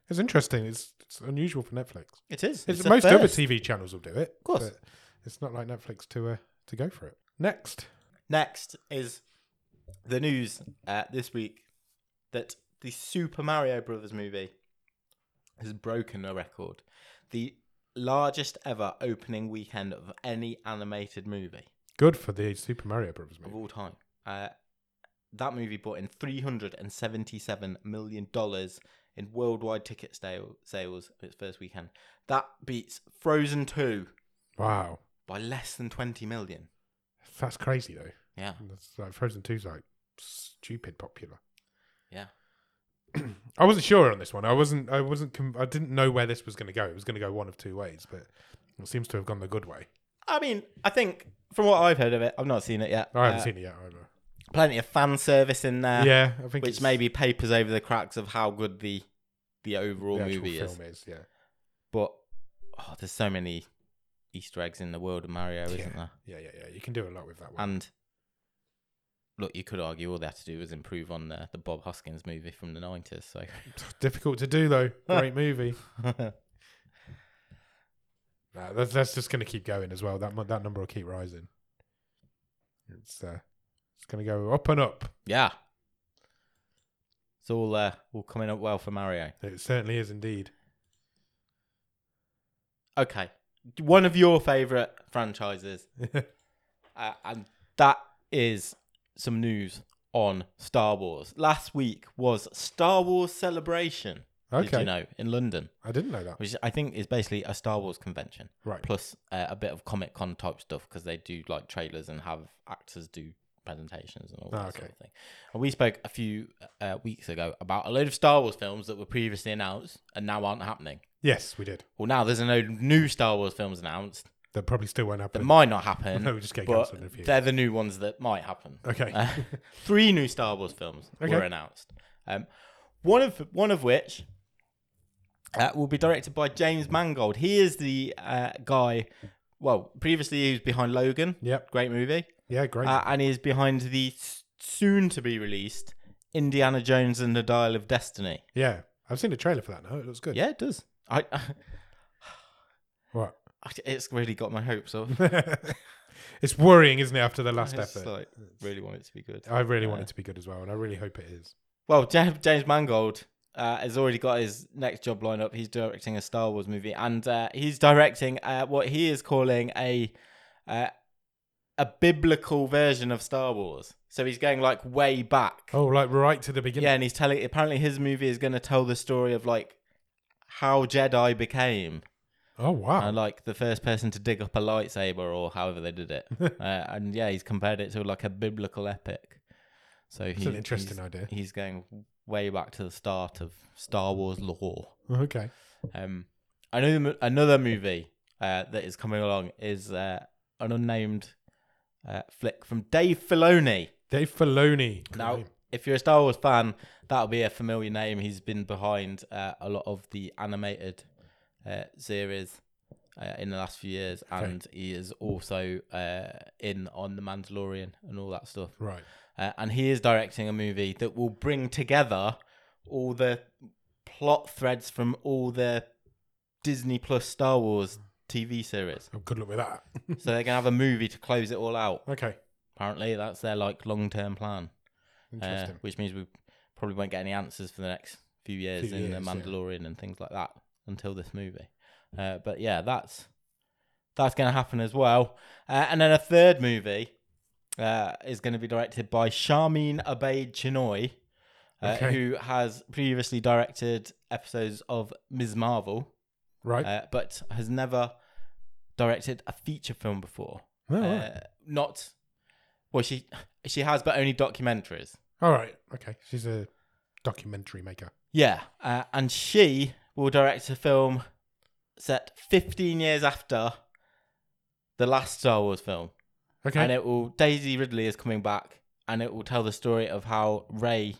Speaker 1: It's interesting. It's, it's unusual for Netflix.
Speaker 2: it is.
Speaker 1: It's,
Speaker 2: the
Speaker 1: most other
Speaker 2: first.
Speaker 1: TV channels will do it. Of
Speaker 2: course.
Speaker 1: it's not like Netflix to uh, to go for it. Next,
Speaker 2: Next is the news uh, this week that the Super Mario Brothers movie has broken a record. The largest ever opening weekend of any animated movie.
Speaker 1: good for the Super Mario Brothers movie.
Speaker 2: of all time. Uh, that movie brought in three hundred and seventy-seven million dollars in worldwide ticket sale- sales its first weekend. That beats Frozen Two
Speaker 1: Wow,
Speaker 2: by less than twenty million.
Speaker 1: that's crazy though.
Speaker 2: Yeah,
Speaker 1: That's like Frozen 2's like stupid popular.
Speaker 2: yeah.
Speaker 1: *clears throat* I wasn't sure on this one. I wasn't. I wasn't. Com- I didn't know where this was going to go. It was going to go one of two ways, but it seems to have gone the good way.
Speaker 2: I mean, I think from what I've heard of it, I've not seen it yet.
Speaker 1: I haven't
Speaker 2: uh,
Speaker 1: seen it yet either.
Speaker 2: plenty of fan service in there,
Speaker 1: yeah, I think
Speaker 2: which
Speaker 1: it's
Speaker 2: maybe papers over the cracks of how good the the overall
Speaker 1: the actual
Speaker 2: movie is.
Speaker 1: film is. Yeah,
Speaker 2: But oh, there's so many Easter eggs in the world of Mario,
Speaker 1: Yeah.
Speaker 2: isn't there?
Speaker 1: yeah, yeah, yeah. You can do a lot with that one.
Speaker 2: And look, you could argue all they had to do was improve on the, the Bob Hoskins movie from the nineties. So *laughs*
Speaker 1: Difficult to do though. Great movie. Nah, that's, that's just going to keep going as well. That mu- that number will keep rising. It's uh, it's going to go up and up.
Speaker 2: yeah, it's all uh, all coming up well for Mario.
Speaker 1: It certainly is indeed.
Speaker 2: Okay, one of your favorite franchises, uh, and that is some news on Star Wars. Last week was Star Wars Celebration. Did
Speaker 1: Okay.
Speaker 2: you know in London,
Speaker 1: I didn't know that.
Speaker 2: which I think is basically a Star Wars convention
Speaker 1: Right.
Speaker 2: plus uh, a bit of Comic Con type stuff because they do like trailers and have actors do presentations and all that
Speaker 1: Ah,
Speaker 2: sort
Speaker 1: okay.
Speaker 2: of thing. And we spoke a few uh, weeks ago about a load of Star Wars films that were previously announced and now aren't happening.
Speaker 1: Yes, we did.
Speaker 2: Well, now there's a load of new Star Wars films announced
Speaker 1: That probably still won't
Speaker 2: that
Speaker 1: happen.
Speaker 2: might not
Speaker 1: *laughs*
Speaker 2: happen.
Speaker 1: No, we just get
Speaker 2: but
Speaker 1: cancelled in a few.
Speaker 2: they're the new ones that might happen.
Speaker 1: Okay.
Speaker 2: Uh, *laughs* three new Star Wars films
Speaker 1: Okay.
Speaker 2: were announced. Um, one of one of which uh, will be directed by James Mangold. He is the uh, guy. Well, previously he was behind Logan.
Speaker 1: Yep.
Speaker 2: Great movie.
Speaker 1: Yeah, great.
Speaker 2: Uh, and he is behind the s- soon to be released Indiana Jones and the Dial of Destiny.
Speaker 1: yeah. I've seen the trailer for that now. It looks good.
Speaker 2: Yeah, it does. I, *laughs*
Speaker 1: What? *laughs*
Speaker 2: it's really got my hopes up.
Speaker 1: it's worrying, isn't it, after the last
Speaker 2: It's
Speaker 1: effort?
Speaker 2: like, really want it to be good.
Speaker 1: I really want it to be good as well, and I really hope it is.
Speaker 2: Well, Ja- James Mangold uh, has already got his next job lined up. He's directing a Star Wars movie, and uh, he's directing uh, what he is calling a uh, a biblical version of Star Wars. So he's going like way back,
Speaker 1: Oh, like right to the beginning.
Speaker 2: yeah. And he's telling. Apparently, his movie is going to tell the story of like how Jedi became,
Speaker 1: Oh wow.
Speaker 2: and like the first person to dig up a lightsaber or however they did it.
Speaker 1: *laughs*
Speaker 2: uh, and yeah, he's compared it to like a biblical epic. So
Speaker 1: It's
Speaker 2: he-
Speaker 1: an interesting
Speaker 2: he's-
Speaker 1: idea.
Speaker 2: he's going way back to the start of Star Wars lore.
Speaker 1: Okay.
Speaker 2: Um, I know the mo- another movie uh, that is coming along is uh, an unnamed uh, flick from Dave Filoni.
Speaker 1: Dave Filoni. Good
Speaker 2: Now,
Speaker 1: name.
Speaker 2: if you're a Star Wars fan, that'll be a familiar name. He's been behind uh, a lot of the animated uh, series. Uh, in the last few years, and he is also uh, in on The Mandalorian and all that stuff
Speaker 1: Right.
Speaker 2: uh, and he is directing a movie that will bring together all the plot threads from all the Disney Plus Star Wars TV series.
Speaker 1: Oh, good luck with that.
Speaker 2: so they're gonna have a movie to close it all out.
Speaker 1: okay.
Speaker 2: Apparently, that's their like long term plan, uh,
Speaker 1: Interesting.
Speaker 2: which means we probably won't get any answers for the next few years
Speaker 1: Few
Speaker 2: in the
Speaker 1: years, yeah.
Speaker 2: Mandalorian and things like that until this movie. Uh, but yeah, that's that's going to happen as well. Uh, and then a third movie uh, is going to be directed by Sharmeen Abaid Chinoy, uh,
Speaker 1: Okay.
Speaker 2: who has previously directed episodes of Ms. Marvel,
Speaker 1: right.
Speaker 2: uh, but has never directed a feature film before.
Speaker 1: Oh, right.
Speaker 2: Uh, not well, she she has, but only documentaries.
Speaker 1: All right. Okay. She's a documentary maker.
Speaker 2: Yeah, uh, and she will direct a film set 15 years after the last Star Wars film,
Speaker 1: Okay.
Speaker 2: and it will Daisy Ridley is coming back, and it will tell the story of how Ray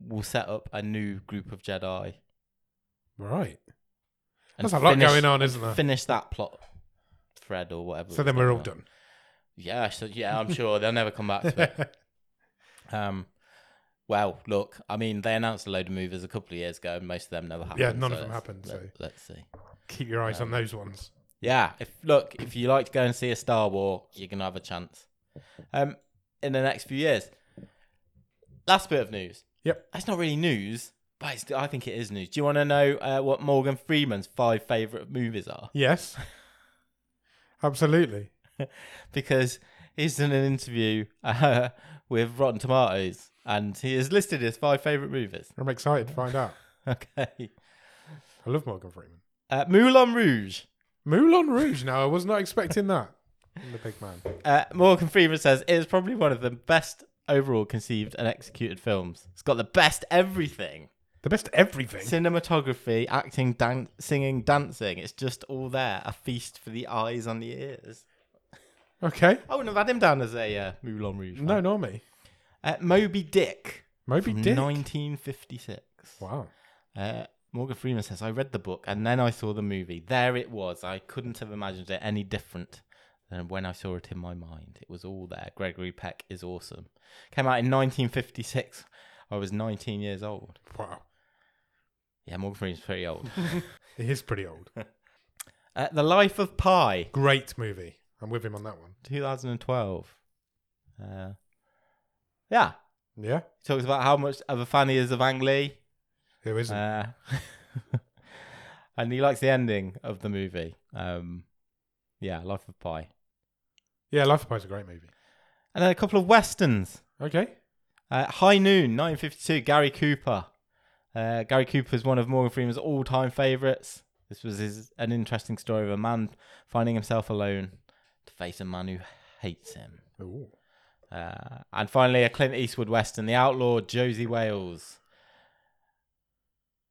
Speaker 2: will set up a new group of Jedi.
Speaker 1: right.
Speaker 2: And
Speaker 1: There's a lot going on, isn't there?
Speaker 2: Finish that plot thread or whatever.
Speaker 1: So
Speaker 2: was
Speaker 1: then we're
Speaker 2: going
Speaker 1: all
Speaker 2: on.
Speaker 1: done. *laughs*
Speaker 2: Yeah, so yeah, I'm sure they'll never come back to it. Um, well, look, I mean, they announced a load of movies a couple of years ago, and most of them never happened.
Speaker 1: Yeah, none of them
Speaker 2: let's-
Speaker 1: happened,
Speaker 2: Let,
Speaker 1: so.
Speaker 2: Let's see.
Speaker 1: Keep your eyes on those ones.
Speaker 2: Yeah, if look, if you like to go and see a Star War, you're gonna have a chance. Um, in the next few years. Last bit of news.
Speaker 1: Yep.
Speaker 2: That's not really news, but it's, I think it is news. Do you want to know uh, what Morgan Freeman's five favorite movies are? *laughs*
Speaker 1: Yes. *laughs* Absolutely.
Speaker 2: Because he's done an interview *laughs* uh, with Rotten Tomatoes, and he has listed his five favorite movies. *laughs*
Speaker 1: I'm excited to find out.
Speaker 2: Okay.
Speaker 1: I love Morgan Freeman.
Speaker 2: Uh, Moulin Rouge.
Speaker 1: Moulin Rouge. Now I was not expecting that. I'm the big man.
Speaker 2: Uh, Morgan Freeman says it is probably one of the best overall conceived and executed films. It's got the best everything:
Speaker 1: The best everything.
Speaker 2: cinematography, acting, dan- singing, dancing. It's just all there, a feast for the eyes and the ears.
Speaker 1: Okay.
Speaker 2: I wouldn't have had him down as a uh, Moulin Rouge. fan.
Speaker 1: No, nor me.
Speaker 2: uh, Moby Dick,
Speaker 1: Moby
Speaker 2: from
Speaker 1: Dick.
Speaker 2: 1956.
Speaker 1: Wow.
Speaker 2: Uh, Morgan Freeman says, I read the book and then I saw the movie. There it was. I couldn't have imagined it any different than when I saw it in my mind. It was all there. Gregory Peck is awesome. Came out in 1956. I was 19 years old.
Speaker 1: Wow.
Speaker 2: Yeah, Morgan Freeman's
Speaker 1: *laughs*
Speaker 2: pretty old.
Speaker 1: He is pretty old.
Speaker 2: uh, the Life of Pi,
Speaker 1: Great movie. I'm with him on that one.
Speaker 2: 2012. Uh, yeah.
Speaker 1: Yeah.
Speaker 2: He talks about how much of a fan he is of Ang Lee.
Speaker 1: Who isn't?
Speaker 2: Uh, *laughs* and he likes the ending of the movie. Um, yeah, Life of Pi.
Speaker 1: yeah, Life of Pi's a great movie.
Speaker 2: And then a couple of westerns.
Speaker 1: Okay.
Speaker 2: Uh, High Noon, 1952, Gary Cooper. Uh, Gary Cooper is one of Morgan Freeman's all-time favorites. This was his, an interesting story of a man finding himself alone to face a man who hates him.
Speaker 1: Ooh.
Speaker 2: Uh, and finally, a Clint Eastwood Western, The Outlaw Josie Wales.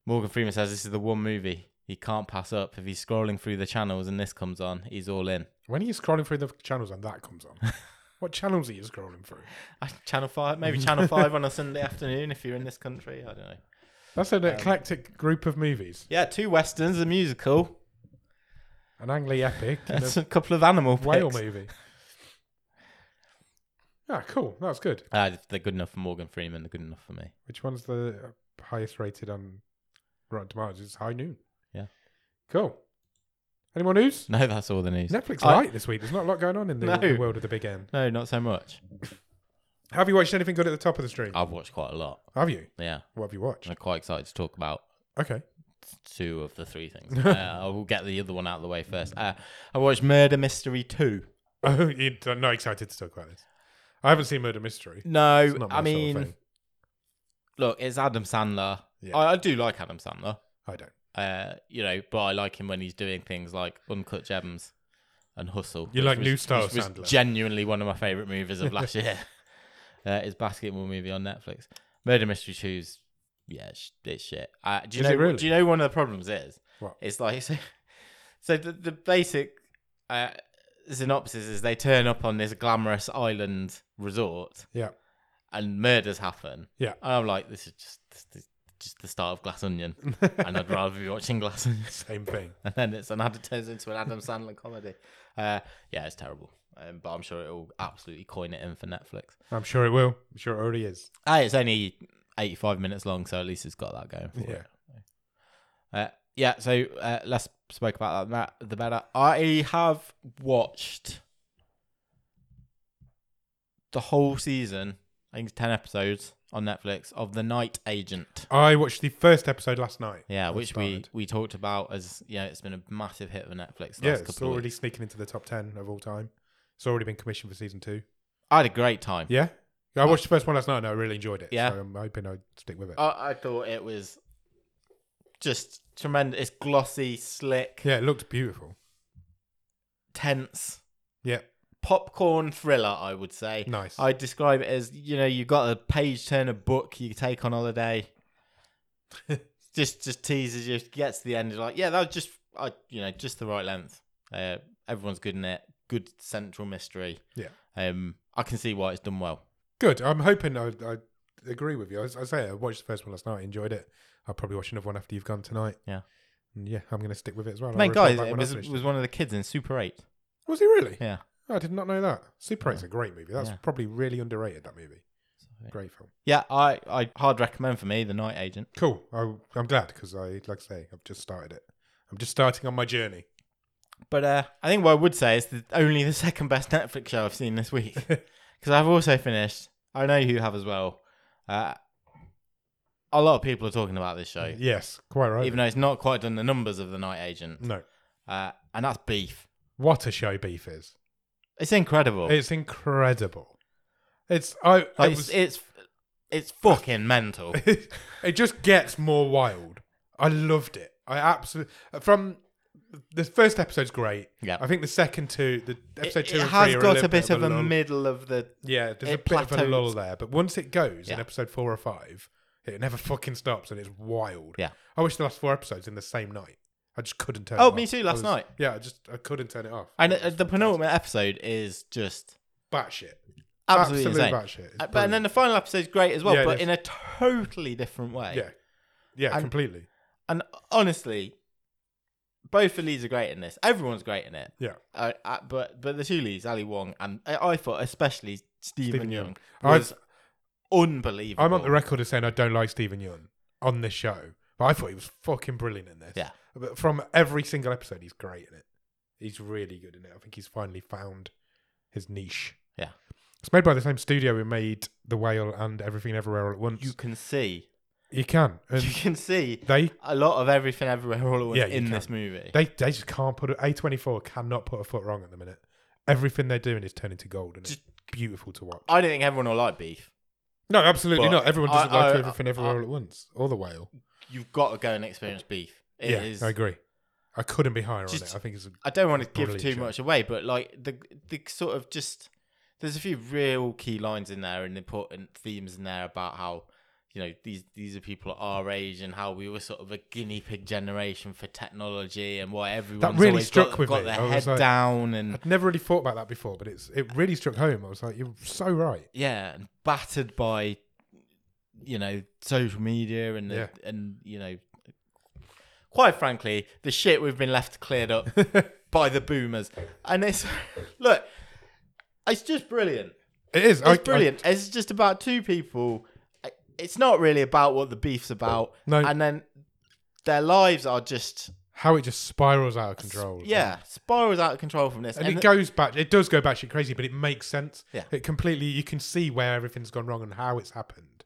Speaker 2: Morgan Freeman says this is the one movie he can't pass up. If he's scrolling through the channels and this comes on, he's all in.
Speaker 1: When are you scrolling through the channels and that comes on? what channels are you scrolling through?
Speaker 2: Uh, Channel 5, maybe Channel 5 on a Sunday afternoon if you're in this country. I don't know.
Speaker 1: That's an eclectic group of movies.
Speaker 2: Yeah, two Westerns, a musical,
Speaker 1: An Angli
Speaker 2: *laughs*
Speaker 1: epic and
Speaker 2: and
Speaker 1: a
Speaker 2: a couple of animal
Speaker 1: whale
Speaker 2: picks.
Speaker 1: movie. Ah, cool. That's good.
Speaker 2: Uh, they're good enough for Morgan Freeman, they're good enough for me.
Speaker 1: Which one's the highest rated on Rotten Tomatoes? It's High Noon.
Speaker 2: Yeah.
Speaker 1: Cool. Any more news?
Speaker 2: No, that's all the news.
Speaker 1: Netflix
Speaker 2: I-
Speaker 1: light this week. There's not a lot going on in the,
Speaker 2: No.
Speaker 1: the world of the big end.
Speaker 2: No, not so much.
Speaker 1: Have you watched anything good at the top of the stream?
Speaker 2: I've watched quite a lot.
Speaker 1: Have you?
Speaker 2: Yeah,
Speaker 1: What have you watched?
Speaker 2: I'm quite excited to talk about
Speaker 1: Okay. *laughs*
Speaker 2: two of the three things. uh, I will get the other one out of the way first. Uh, I watched Murder Mystery 2.
Speaker 1: Oh, you're not excited to talk about this. I haven't seen Murder Mystery.
Speaker 2: No,
Speaker 1: It's not my
Speaker 2: I
Speaker 1: sort of
Speaker 2: mean,
Speaker 1: thing.
Speaker 2: look, it's Adam Sandler.
Speaker 1: Yeah.
Speaker 2: I, I do like Adam Sandler,
Speaker 1: I don't.
Speaker 2: uh, you know, but I like him when he's doing things like Uncut Gems and Hustle.
Speaker 1: You
Speaker 2: which
Speaker 1: like
Speaker 2: was-
Speaker 1: new style
Speaker 2: which was
Speaker 1: Sandler.
Speaker 2: genuinely one of my favourite movies of
Speaker 1: *laughs*
Speaker 2: last year. Uh, his basketball movie on Netflix. Murder Mystery 2's, yeah, it's, it's shit. Uh, do, you
Speaker 1: Is it
Speaker 2: know,
Speaker 1: really?
Speaker 2: do you know one of the problems is?
Speaker 1: What?
Speaker 2: It's like, *laughs* so, so the, the basic uh, synopsis is they turn up on this glamorous island resort
Speaker 1: Yeah.
Speaker 2: and murders happen.
Speaker 1: Yeah.
Speaker 2: And I'm like, this is just this is just the start of Glass Onion, and I'd rather be watching Glass Onion. *laughs*
Speaker 1: Same thing.
Speaker 2: And then it's an it turns into an Adam Sandler comedy. Uh, yeah, it's terrible, um, but I'm sure it'll absolutely coin it in for Netflix.
Speaker 1: I'm sure it will. I'm sure it already is.
Speaker 2: Ah, it's only 85 minutes long, so at least it's got that going for
Speaker 1: Yeah.
Speaker 2: it. Uh, yeah, so uh, less spoke about that, the better. I have watched the whole season, I think it's 10 episodes on Netflix, of The Night Agent.
Speaker 1: I watched the first episode last night.
Speaker 2: Yeah,
Speaker 1: I've
Speaker 2: which we,
Speaker 1: started.
Speaker 2: we talked about as, yeah, it's been a massive hit for Netflix. The
Speaker 1: Yeah,
Speaker 2: last
Speaker 1: it's
Speaker 2: couple of
Speaker 1: already
Speaker 2: weeks.
Speaker 1: sneaking into the top 10 of all time. It's already been commissioned for season two.
Speaker 2: I had a great time.
Speaker 1: Yeah? I watched the first one last night and I really enjoyed it.
Speaker 2: Yeah. Oh.
Speaker 1: So I'm hoping I stick with it.
Speaker 2: I, I thought it was just tremendous. It's glossy, slick,
Speaker 1: yeah, it looked beautiful.
Speaker 2: tense.
Speaker 1: Yeah.
Speaker 2: popcorn thriller, I would say.
Speaker 1: Nice.
Speaker 2: I describe it as you know you got a page turner book you take on holiday.
Speaker 1: *laughs*
Speaker 2: just just teases you gets to the end you're like yeah that was just I you know just the right length. Uh, everyone's good in it. Good central mystery.
Speaker 1: Yeah.
Speaker 2: Um, I can see why it's done well.
Speaker 1: Good. I'm hoping I, I agree with you. As I say, I watched the first one last night, enjoyed it. I'll probably watch another one after you've gone tonight.
Speaker 2: Yeah.
Speaker 1: And yeah, I'm going to stick with it as well. I'll
Speaker 2: Main
Speaker 1: report
Speaker 2: guy
Speaker 1: back
Speaker 2: it
Speaker 1: when
Speaker 2: was
Speaker 1: I've finished.
Speaker 2: was one of the kids in Super Eight.
Speaker 1: Was he really?
Speaker 2: Yeah.
Speaker 1: Oh, I did not know that. Super 8's a great movie. That's
Speaker 2: Yeah.
Speaker 1: probably really underrated, that movie. Great film.
Speaker 2: Yeah, I, I hard recommend for me the Night Agent.
Speaker 1: Cool. I, I'm glad because I, like I say, I've just started it. I'm just starting on my journey.
Speaker 2: But uh, I think what I would say is the, only the *laughs* second best Netflix show I've seen this *laughs* week. Because I've also finished, I know you have as well. Uh, a lot of people are talking about this show,
Speaker 1: Yes, quite right.
Speaker 2: even though it's not quite done the numbers of The Night Agent.
Speaker 1: no.
Speaker 2: Uh, and that's Beef.
Speaker 1: What a show Beef is.
Speaker 2: It's incredible.
Speaker 1: It's incredible. It's I. it,
Speaker 2: Like, it's, it's, it's fucking *laughs* mental.
Speaker 1: was, *laughs* it just gets more wild. I loved it. I absolutely from the first episode's great.
Speaker 2: Yeah.
Speaker 1: I think the second two, the episode
Speaker 2: It,
Speaker 1: two
Speaker 2: it
Speaker 1: and
Speaker 2: has
Speaker 1: three are
Speaker 2: got a
Speaker 1: little
Speaker 2: bit of a
Speaker 1: lull.
Speaker 2: middle of the.
Speaker 1: Yeah, there's a
Speaker 2: it
Speaker 1: bit of a
Speaker 2: plateaus.
Speaker 1: lull there, but once it goes in
Speaker 2: Yeah.
Speaker 1: episode four or five, it never fucking stops and it's wild.
Speaker 2: Yeah.
Speaker 1: I watched the last four episodes in the same night. I just couldn't turn. it
Speaker 2: Oh,
Speaker 1: off.
Speaker 2: me too,
Speaker 1: I
Speaker 2: last
Speaker 1: was-
Speaker 2: night.
Speaker 1: Yeah, I just I couldn't turn it off.
Speaker 2: And
Speaker 1: It
Speaker 2: uh,
Speaker 1: was
Speaker 2: the
Speaker 1: fantastic.
Speaker 2: penultimate episode is just
Speaker 1: batshit,
Speaker 2: absolutely
Speaker 1: absolute
Speaker 2: insane.
Speaker 1: batshit. It's
Speaker 2: Uh, But and then
Speaker 1: brilliant.
Speaker 2: the final episode's great as well,
Speaker 1: Yeah, it
Speaker 2: but
Speaker 1: is.
Speaker 2: in a totally different way.
Speaker 1: yeah, yeah,
Speaker 2: and-
Speaker 1: completely.
Speaker 2: And honestly, both the leads are great in this. Everyone's great in it.
Speaker 1: Yeah,
Speaker 2: Uh, uh, but but the two leads, Ali Wong and I, I thought especially Stephen,
Speaker 1: Stephen
Speaker 2: Young
Speaker 1: Yeun.
Speaker 2: was unbelievable.
Speaker 1: I'm on the record of saying I don't like Stephen Yeun on this show, but I thought he was fucking brilliant in this.
Speaker 2: Yeah.
Speaker 1: but from every single episode, he's great in it. He's really good in it. I think he's finally found his niche.
Speaker 2: Yeah.
Speaker 1: It's made by the same studio who made The Whale and Everything Everywhere All at Once.
Speaker 2: You
Speaker 1: You,
Speaker 2: can see, *laughs*
Speaker 1: can.
Speaker 2: you
Speaker 1: And
Speaker 2: can see
Speaker 1: they
Speaker 2: a lot of everything, everywhere, all at once
Speaker 1: Yeah, you
Speaker 2: in
Speaker 1: can.
Speaker 2: this movie.
Speaker 1: they they just can't put a A24 cannot put a foot wrong at the minute. Everything they're doing is turning to gold and it's beautiful to watch.
Speaker 2: I don't think everyone will like Beef.
Speaker 1: No, absolutely
Speaker 2: But
Speaker 1: not. Everyone doesn't
Speaker 2: I-
Speaker 1: like
Speaker 2: I-
Speaker 1: everything everywhere all at once, or the whale.
Speaker 2: You've got to go and experience beef. It
Speaker 1: yeah,
Speaker 2: is-
Speaker 1: I agree. I couldn't be higher
Speaker 2: Just-
Speaker 1: on it. I think it's. A,
Speaker 2: I don't want to give
Speaker 1: Brilliant
Speaker 2: too
Speaker 1: show.
Speaker 2: much away, but like the the sort of just there's a few real key lines in there and important themes in there about how you know these these are people our age and how we were sort of a guinea pig generation for technology and why everyone's
Speaker 1: really
Speaker 2: always
Speaker 1: struck
Speaker 2: got,
Speaker 1: with
Speaker 2: got
Speaker 1: me. I
Speaker 2: their
Speaker 1: was
Speaker 2: head
Speaker 1: like-
Speaker 2: down and
Speaker 1: I'd never really thought about that before, but it's it really struck home. I was like, you're so right.
Speaker 2: yeah and battered by you know social media and the,
Speaker 1: Yeah.
Speaker 2: and you know quite frankly the shit we've been left
Speaker 1: *laughs*
Speaker 2: cleared up by the boomers and it's *laughs* look it's just brilliant
Speaker 1: It is. I- I-
Speaker 2: it's brilliant it's just about two people it's not really about what the beef's about
Speaker 1: No.
Speaker 2: and then their lives are just
Speaker 1: how it just spirals out of control.
Speaker 2: yeah spirals out of control from this
Speaker 1: And,
Speaker 2: And
Speaker 1: it goes back. It does go batshit crazy, but it makes sense.
Speaker 2: Yeah.
Speaker 1: It completely. You can see where everything's gone wrong and how it's happened.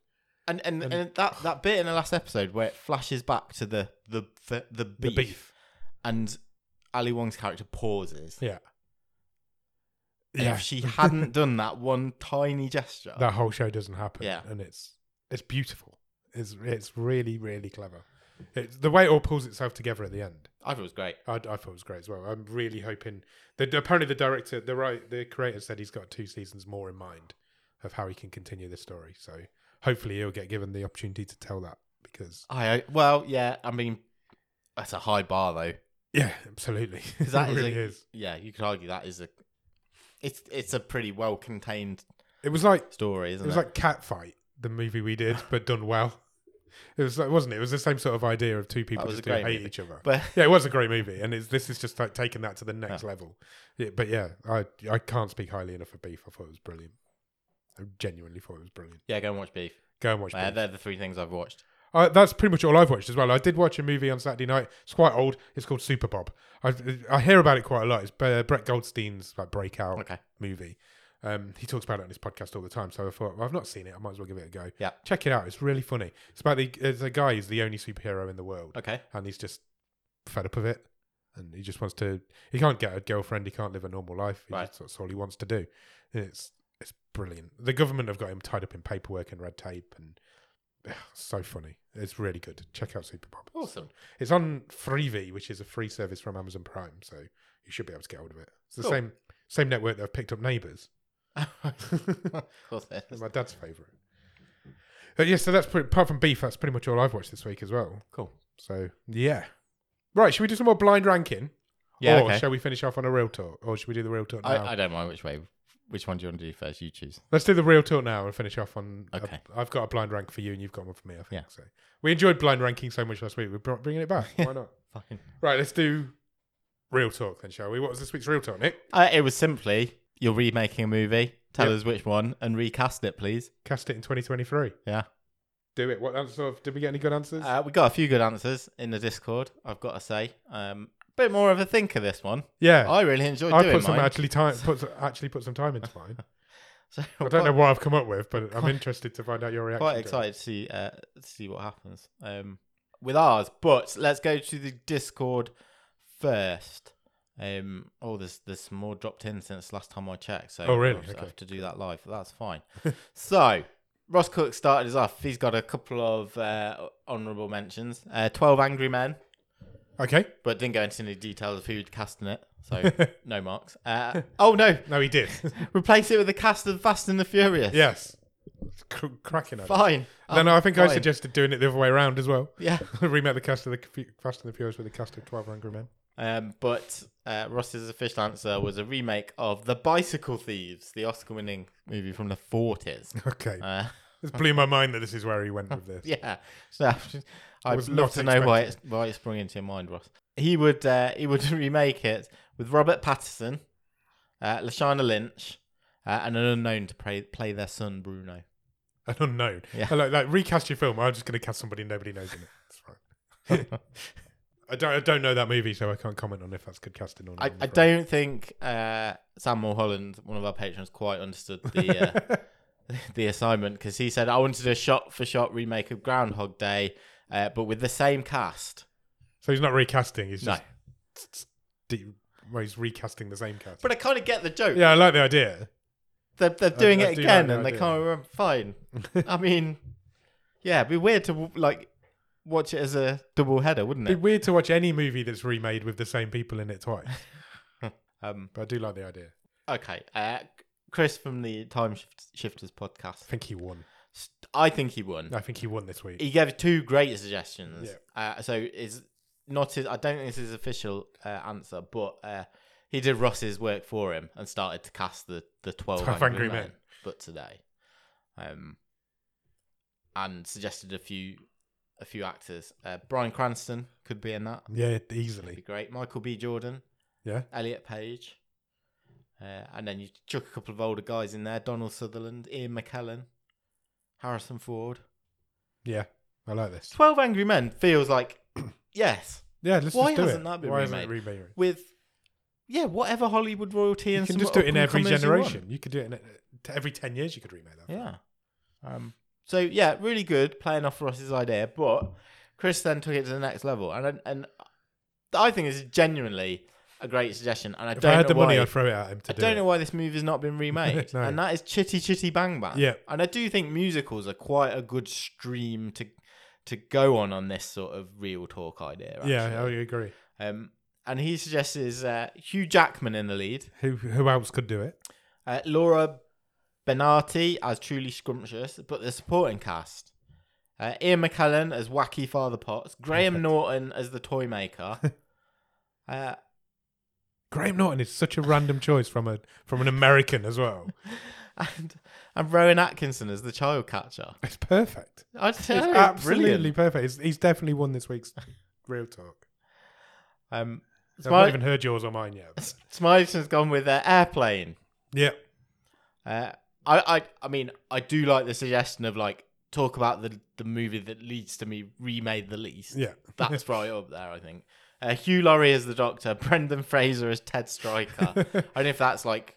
Speaker 2: and and, and that that bit in the last episode where it flashes back to the the the, the,
Speaker 1: The
Speaker 2: beef,
Speaker 1: beef.
Speaker 2: and Ali Wong's character pauses.
Speaker 1: Yeah.
Speaker 2: And
Speaker 1: Yeah.
Speaker 2: If
Speaker 1: *laughs*
Speaker 2: she hadn't done that one tiny gesture,
Speaker 1: that whole show doesn't happen.
Speaker 2: Yeah.
Speaker 1: And it's it's beautiful. It's it's really really clever. It's the way it all pulls itself together at the end.
Speaker 2: I thought it was great.
Speaker 1: I, I thought it was great as well. I'm really hoping. The, apparently, the director, the right, the creator said he's got two seasons more in mind of how he can continue this story. So hopefully, he'll get given the opportunity to tell that because
Speaker 2: I I- well, yeah. I mean, that's a high bar though.
Speaker 1: yeah, absolutely, *laughs*
Speaker 2: that
Speaker 1: it
Speaker 2: is
Speaker 1: really
Speaker 2: a-
Speaker 1: is.
Speaker 2: Yeah, you could argue that is a. It's it's a pretty well contained
Speaker 1: It was like
Speaker 2: story, isn't
Speaker 1: it was like Cat Fight, the movie we did, but done well. *laughs* It was like, wasn't it? It was the same sort of idea of two people
Speaker 2: was
Speaker 1: just
Speaker 2: a
Speaker 1: who hate
Speaker 2: great movie.
Speaker 1: each other.
Speaker 2: but *laughs*
Speaker 1: yeah, it was a great movie, and it's, this is just like taking that to the next level. Yeah, but yeah, I I can't speak highly enough of Beef. I thought it was brilliant. I genuinely thought it was brilliant.
Speaker 2: yeah, go and watch Beef.
Speaker 1: Go and watch.
Speaker 2: Uh,
Speaker 1: Beef.
Speaker 2: they're the three things I've watched.
Speaker 1: Uh, that's pretty much all I've watched as well. I did watch a movie on Saturday night. It's quite old. It's called Super Bob. I I hear about it quite a lot. It's uh, Brett Goldstein's like breakout
Speaker 2: Okay.
Speaker 1: movie. Um, he talks about it on his podcast all the time. So I thought, well, I've not seen it. I might as well give it a go.
Speaker 2: Yeah.
Speaker 1: Check it out. It's really funny. It's about the there's a guy who's the only superhero in the world
Speaker 2: Okay.
Speaker 1: and he's just fed up of it and he just wants to he can't get a girlfriend he can't live a normal life he
Speaker 2: Right.
Speaker 1: just, that's all he wants to do And it's it's brilliant the government have got him tied up in paperwork and red tape and ugh, so funny it's really good check out super bob *laughs*
Speaker 2: Awesome.
Speaker 1: it's on freevee which is a free service from amazon prime so you should be able to get hold of it it's the
Speaker 2: Cool.
Speaker 1: same same network that have picked up neighbors
Speaker 2: of course, it is.
Speaker 1: my dad's favorite but yeah so that's pretty, apart from beef that's pretty much all i've watched this week as well
Speaker 2: cool.
Speaker 1: so yeah, right. Should we do some more blind ranking?
Speaker 2: Yeah.
Speaker 1: Or
Speaker 2: okay.
Speaker 1: shall we finish off on a real talk? Or should we do the real talk now?
Speaker 2: I, I don't mind which way. Which one do you want to do first? You choose.
Speaker 1: Let's do the real talk now and finish off on. a-
Speaker 2: Okay.
Speaker 1: I've got a blind rank for you, and you've got one for me. I think
Speaker 2: Yeah.
Speaker 1: so. We enjoyed blind ranking so much last week. We're br- bringing it
Speaker 2: *laughs*
Speaker 1: back. Why not?
Speaker 2: Fine.
Speaker 1: Right. Let's do real talk then, shall we? What was this week's real talk, Nick?
Speaker 2: Uh, it was simply you're remaking a movie. Tell
Speaker 1: Yep.
Speaker 2: us which one and recast it, please.
Speaker 1: Cast it in 2023.
Speaker 2: Yeah.
Speaker 1: Do it. What answer? Of, did we get any good answers?
Speaker 2: Uh, we got a few good answers in the Discord. I've got to say, um, bit more of a thinker this one.
Speaker 1: yeah.
Speaker 2: I really enjoyed
Speaker 1: I
Speaker 2: doing
Speaker 1: put some
Speaker 2: mine.
Speaker 1: actually time. Put some, actually put some time into
Speaker 2: *laughs*
Speaker 1: mine.
Speaker 2: so
Speaker 1: I don't know what I've come up with, but I'm interested to find out your reaction.
Speaker 2: quite
Speaker 1: to it.
Speaker 2: excited to see uh, see what happens um, with ours. But let's go to the Discord first. Um, oh, there's there's some more dropped in since last time I checked. So
Speaker 1: Oh, really?
Speaker 2: I'll just
Speaker 1: Okay.
Speaker 2: have to do that live. That's fine. *laughs* so Ross Cook started us off. He's got a couple of uh, honourable mentions. Uh, Twelve Angry Men,
Speaker 1: Okay.
Speaker 2: but didn't go into any details of who'd cast in it.
Speaker 1: *laughs*
Speaker 2: So no marks. Uh, oh no,
Speaker 1: No, he did. *laughs*
Speaker 2: replace it with the cast of Fast and the Furious.
Speaker 1: yes. C- cracking. idea.
Speaker 2: Fine.
Speaker 1: Then I think I
Speaker 2: fine.
Speaker 1: suggested doing it the other way around as well. *laughs*
Speaker 2: Yeah.
Speaker 1: Remake the cast of the Fu- Fast and the Furious with the cast of Twelve Angry Men. *laughs*
Speaker 2: Um, but uh, Ross's official answer was a remake of The Bicycle Thieves, the Oscar winning movie from the
Speaker 1: *laughs*
Speaker 2: 40s.
Speaker 1: Okay,
Speaker 2: Uh,
Speaker 1: this blew my mind that this is where he went with this.
Speaker 2: *laughs* yeah. So I'd
Speaker 1: was
Speaker 2: love
Speaker 1: not
Speaker 2: to know why it's, why it sprung into your mind, Ross. He would uh, he would *laughs* remake it with Robert Patterson, uh, Lashana Lynch, uh, and an unknown to play, play their son, Bruno.
Speaker 1: An unknown.
Speaker 2: Yeah.
Speaker 1: I Like, like recast your film. I'm just going to cast somebody nobody knows in it. That's fine. *laughs*
Speaker 2: *laughs*
Speaker 1: I don't. I don't know that movie, so I can't comment on if that's good casting or not.
Speaker 2: I,
Speaker 1: I'm
Speaker 2: I
Speaker 1: afraid.
Speaker 2: don't think uh, Sam Mulholland, one of our patrons, quite understood the uh,
Speaker 1: *laughs*
Speaker 2: the assignment because he said I wanted to do a shot for shot remake of Groundhog Day, uh, but with the same cast.
Speaker 1: So he's not recasting. He's
Speaker 2: No,
Speaker 1: just. de- well, he's recasting the same cast.
Speaker 2: but I kind of get the joke.
Speaker 1: yeah, I like the idea.
Speaker 2: they're, they're doing
Speaker 1: I
Speaker 2: it
Speaker 1: do like
Speaker 2: again
Speaker 1: the
Speaker 2: and they
Speaker 1: idea.
Speaker 2: can't remember.
Speaker 1: *laughs*
Speaker 2: Fine. I mean, yeah, it'd be weird to like watch it as a double header, wouldn't
Speaker 1: It'd
Speaker 2: it?
Speaker 1: be weird to watch any movie that's remade with the same people in it twice,
Speaker 2: *laughs* Um,
Speaker 1: but I do like the idea.
Speaker 2: okay, uh, Chris from the Time Shift- Shifters podcast.
Speaker 1: I think he won.
Speaker 2: St- I think he won.
Speaker 1: I think he won this week.
Speaker 2: He gave two great suggestions. Uh, so is not his. I don't think this is his official uh, answer, but uh, he did Ross's work for him and started to cast the the twelve,
Speaker 1: Twelve
Speaker 2: angry,
Speaker 1: Angry
Speaker 2: men,
Speaker 1: Men.
Speaker 2: But today, um, and suggested a few a few actors. Uh, Brian Cranston could be in that.
Speaker 1: Yeah,
Speaker 2: That'd be
Speaker 1: easily.
Speaker 2: great. Michael B. Jordan,
Speaker 1: Yeah,
Speaker 2: Elliot Page. Uh, and then you chuck a couple of older guys in there: Donald Sutherland, Ian McKellen, Harrison Ford.
Speaker 1: yeah. I like this.
Speaker 2: Twelve Angry Men feels like *clears throat* yes.
Speaker 1: Yeah, let's
Speaker 2: Why
Speaker 1: just do
Speaker 2: hasn't
Speaker 1: it.
Speaker 2: that been
Speaker 1: Why hasn't it remade?
Speaker 2: with yeah, whatever Hollywood royalty
Speaker 1: You
Speaker 2: and
Speaker 1: can
Speaker 2: some
Speaker 1: just do it in every
Speaker 2: up-and-comers you
Speaker 1: generation. You could do it in uh, every ten years. You could remake that.
Speaker 2: want. Yeah. Um. So yeah, really good playing off Ross's idea, but Chris then took it to the next level, and and I think this is genuinely a great suggestion, and I
Speaker 1: If
Speaker 2: don't
Speaker 1: I had
Speaker 2: know
Speaker 1: the money,
Speaker 2: why.
Speaker 1: I'd throw it at him to
Speaker 2: I
Speaker 1: do
Speaker 2: don't
Speaker 1: it.
Speaker 2: know why this movie has
Speaker 1: *laughs*
Speaker 2: not been remade,
Speaker 1: No.
Speaker 2: and that is Chitty Chitty Bang Bang.
Speaker 1: Yeah.
Speaker 2: and I do think musicals are quite a good stream to to go on on this sort of real talk idea. Actually.
Speaker 1: Yeah, I agree.
Speaker 2: Um, and he suggests is, uh, Hugh Jackman in the lead,
Speaker 1: Who who else could do it?
Speaker 2: uh, Laura Benati as truly scrumptious, but the supporting cast. Uh, Ian McKellen as wacky Father Potts, Graham
Speaker 1: Perfect.
Speaker 2: Norton as the toy maker. *laughs* uh,
Speaker 1: Graham Norton is such a random choice from a from an American as well.
Speaker 2: and and Rowan Atkinson as the child catcher.
Speaker 1: It's perfect.
Speaker 2: I don't
Speaker 1: It's
Speaker 2: know,
Speaker 1: absolutely
Speaker 2: brilliant.
Speaker 1: perfect. It's, he's definitely won this week's real talk.
Speaker 2: Um,
Speaker 1: I've not
Speaker 2: Smile-
Speaker 1: even heard yours or mine yet. but-
Speaker 2: Smileson's gone with uh, airplane.
Speaker 1: Yeah,
Speaker 2: Uh, I, I, I mean, I do like the suggestion of like talk about the the movie that leads to me remade the least.
Speaker 1: yeah.
Speaker 2: That's right up there, I think. Uh, Hugh Laurie as the Doctor, *laughs* Brendan Fraser as Ted Stryker. I don't know if that's like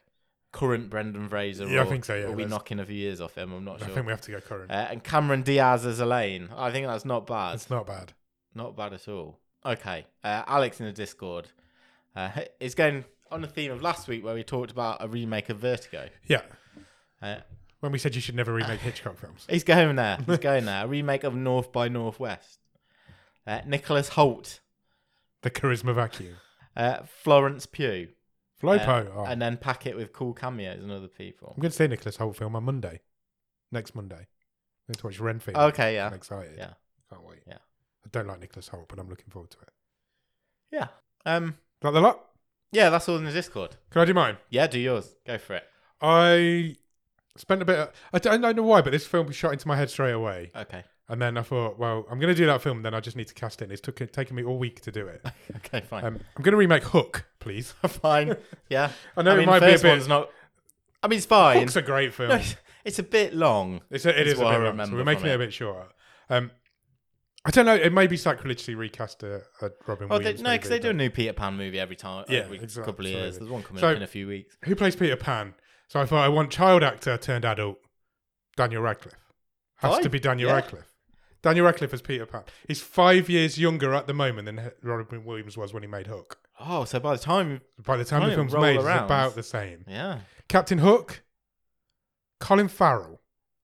Speaker 2: current Brendan Fraser.
Speaker 1: Yeah,
Speaker 2: or,
Speaker 1: I think so, yeah,
Speaker 2: Or we
Speaker 1: that's-
Speaker 2: knocking a few years off him. I'm not
Speaker 1: I
Speaker 2: sure.
Speaker 1: think we have to go current.
Speaker 2: uh, and Cameron Diaz as Elaine. I think that's not bad.
Speaker 1: It's not bad.
Speaker 2: Not bad at all. Okay, uh, Alex in the Discord uh, *laughs* is going on the theme of last week where we talked about a remake of Vertigo.
Speaker 1: Yeah.
Speaker 2: Uh,
Speaker 1: When we said you should never
Speaker 2: *sighs*
Speaker 1: remake Hitchcock films.
Speaker 2: He's going there.
Speaker 1: *laughs*
Speaker 2: He's going there. A remake of North by Northwest. Uh, Nicholas Holt,
Speaker 1: The charisma vacuum.
Speaker 2: uh, Florence Pugh, uh,
Speaker 1: Flopo. oh.
Speaker 2: and then pack it with cool cameos and other people.
Speaker 1: I'm going to see Nicholas Holt film on Monday. Next Monday. I'm going to watch Renfield.
Speaker 2: Okay, Oh, yeah,
Speaker 1: I'm excited.
Speaker 2: Yeah.
Speaker 1: Can't wait.
Speaker 2: Yeah.
Speaker 1: I don't like Nicholas Holt, but I'm looking forward to it.
Speaker 2: yeah, um,
Speaker 1: Like the lot?
Speaker 2: yeah. That's all in the Discord.
Speaker 1: Can I do mine?
Speaker 2: Yeah, do yours. Go for it.
Speaker 1: I spent a bit. Of, I don't I don't know why, but this film shot into my head straight away,
Speaker 2: Okay. *laughs*
Speaker 1: and then I thought, well, I'm going to do that film. Then I just need to cast it. And it's took taken me all week to do
Speaker 2: *laughs*
Speaker 1: it.
Speaker 2: Okay, fine.
Speaker 1: Um, I'm going to remake Hook, please. *laughs*
Speaker 2: fine. Yeah.
Speaker 1: I know
Speaker 2: I
Speaker 1: it
Speaker 2: mean,
Speaker 1: might
Speaker 2: the
Speaker 1: be a
Speaker 2: first
Speaker 1: bit.
Speaker 2: one's not. I mean, it's fine.
Speaker 1: Hook's a great film.
Speaker 2: *laughs* No, it's, it's a bit long.
Speaker 1: It's a, it
Speaker 2: It's
Speaker 1: is a
Speaker 2: what I
Speaker 1: bit long, so
Speaker 2: remember
Speaker 1: we're
Speaker 2: from
Speaker 1: making it.
Speaker 2: it.
Speaker 1: a bit shorter. Um, I don't know. It may be sacrilege to recast a, a Robin
Speaker 2: Well, they,
Speaker 1: Williams.
Speaker 2: no, because they
Speaker 1: movie,
Speaker 2: do a new Peter Pan movie every time.
Speaker 1: Yeah,
Speaker 2: every
Speaker 1: exactly,
Speaker 2: couple of years.
Speaker 1: absolutely.
Speaker 2: There's one coming
Speaker 1: So-
Speaker 2: up in a few weeks.
Speaker 1: but- Who plays Peter Pan? So I thought I want child actor turned adult. Daniel Radcliffe has
Speaker 2: Fine,
Speaker 1: to be Daniel
Speaker 2: yeah.
Speaker 1: Radcliffe. Daniel Radcliffe as Peter Pan. He's five years younger at the moment than H- Robin Williams was when he made Hook.
Speaker 2: Oh, so by the time,
Speaker 1: By the time
Speaker 2: Trying
Speaker 1: the
Speaker 2: to
Speaker 1: film's
Speaker 2: roll
Speaker 1: made,
Speaker 2: around.
Speaker 1: it's about the same.
Speaker 2: yeah.
Speaker 1: Captain Hook, Colin Farrell.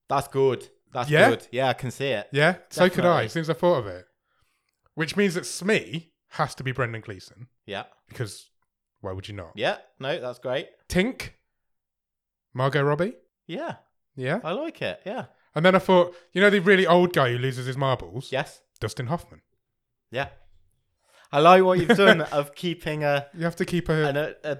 Speaker 2: That's good. That's
Speaker 1: Yeah?
Speaker 2: good. Yeah, I can see it.
Speaker 1: Yeah, so could I.
Speaker 2: Definitely.
Speaker 1: As soon as I thought of it, which means that Smee has to be Brendan Gleeson.
Speaker 2: Yeah.
Speaker 1: because why would you not?
Speaker 2: Yeah. No, that's great.
Speaker 1: Tink, Margot Robbie,
Speaker 2: Yeah.
Speaker 1: yeah.
Speaker 2: I like it. Yeah.
Speaker 1: And then I thought, you know, the really old guy who loses his marbles,
Speaker 2: Yes.
Speaker 1: Dustin Hoffman.
Speaker 2: Yeah. I like what
Speaker 1: *laughs*
Speaker 2: you've done of keeping a
Speaker 1: You have to keep a
Speaker 2: an, a, a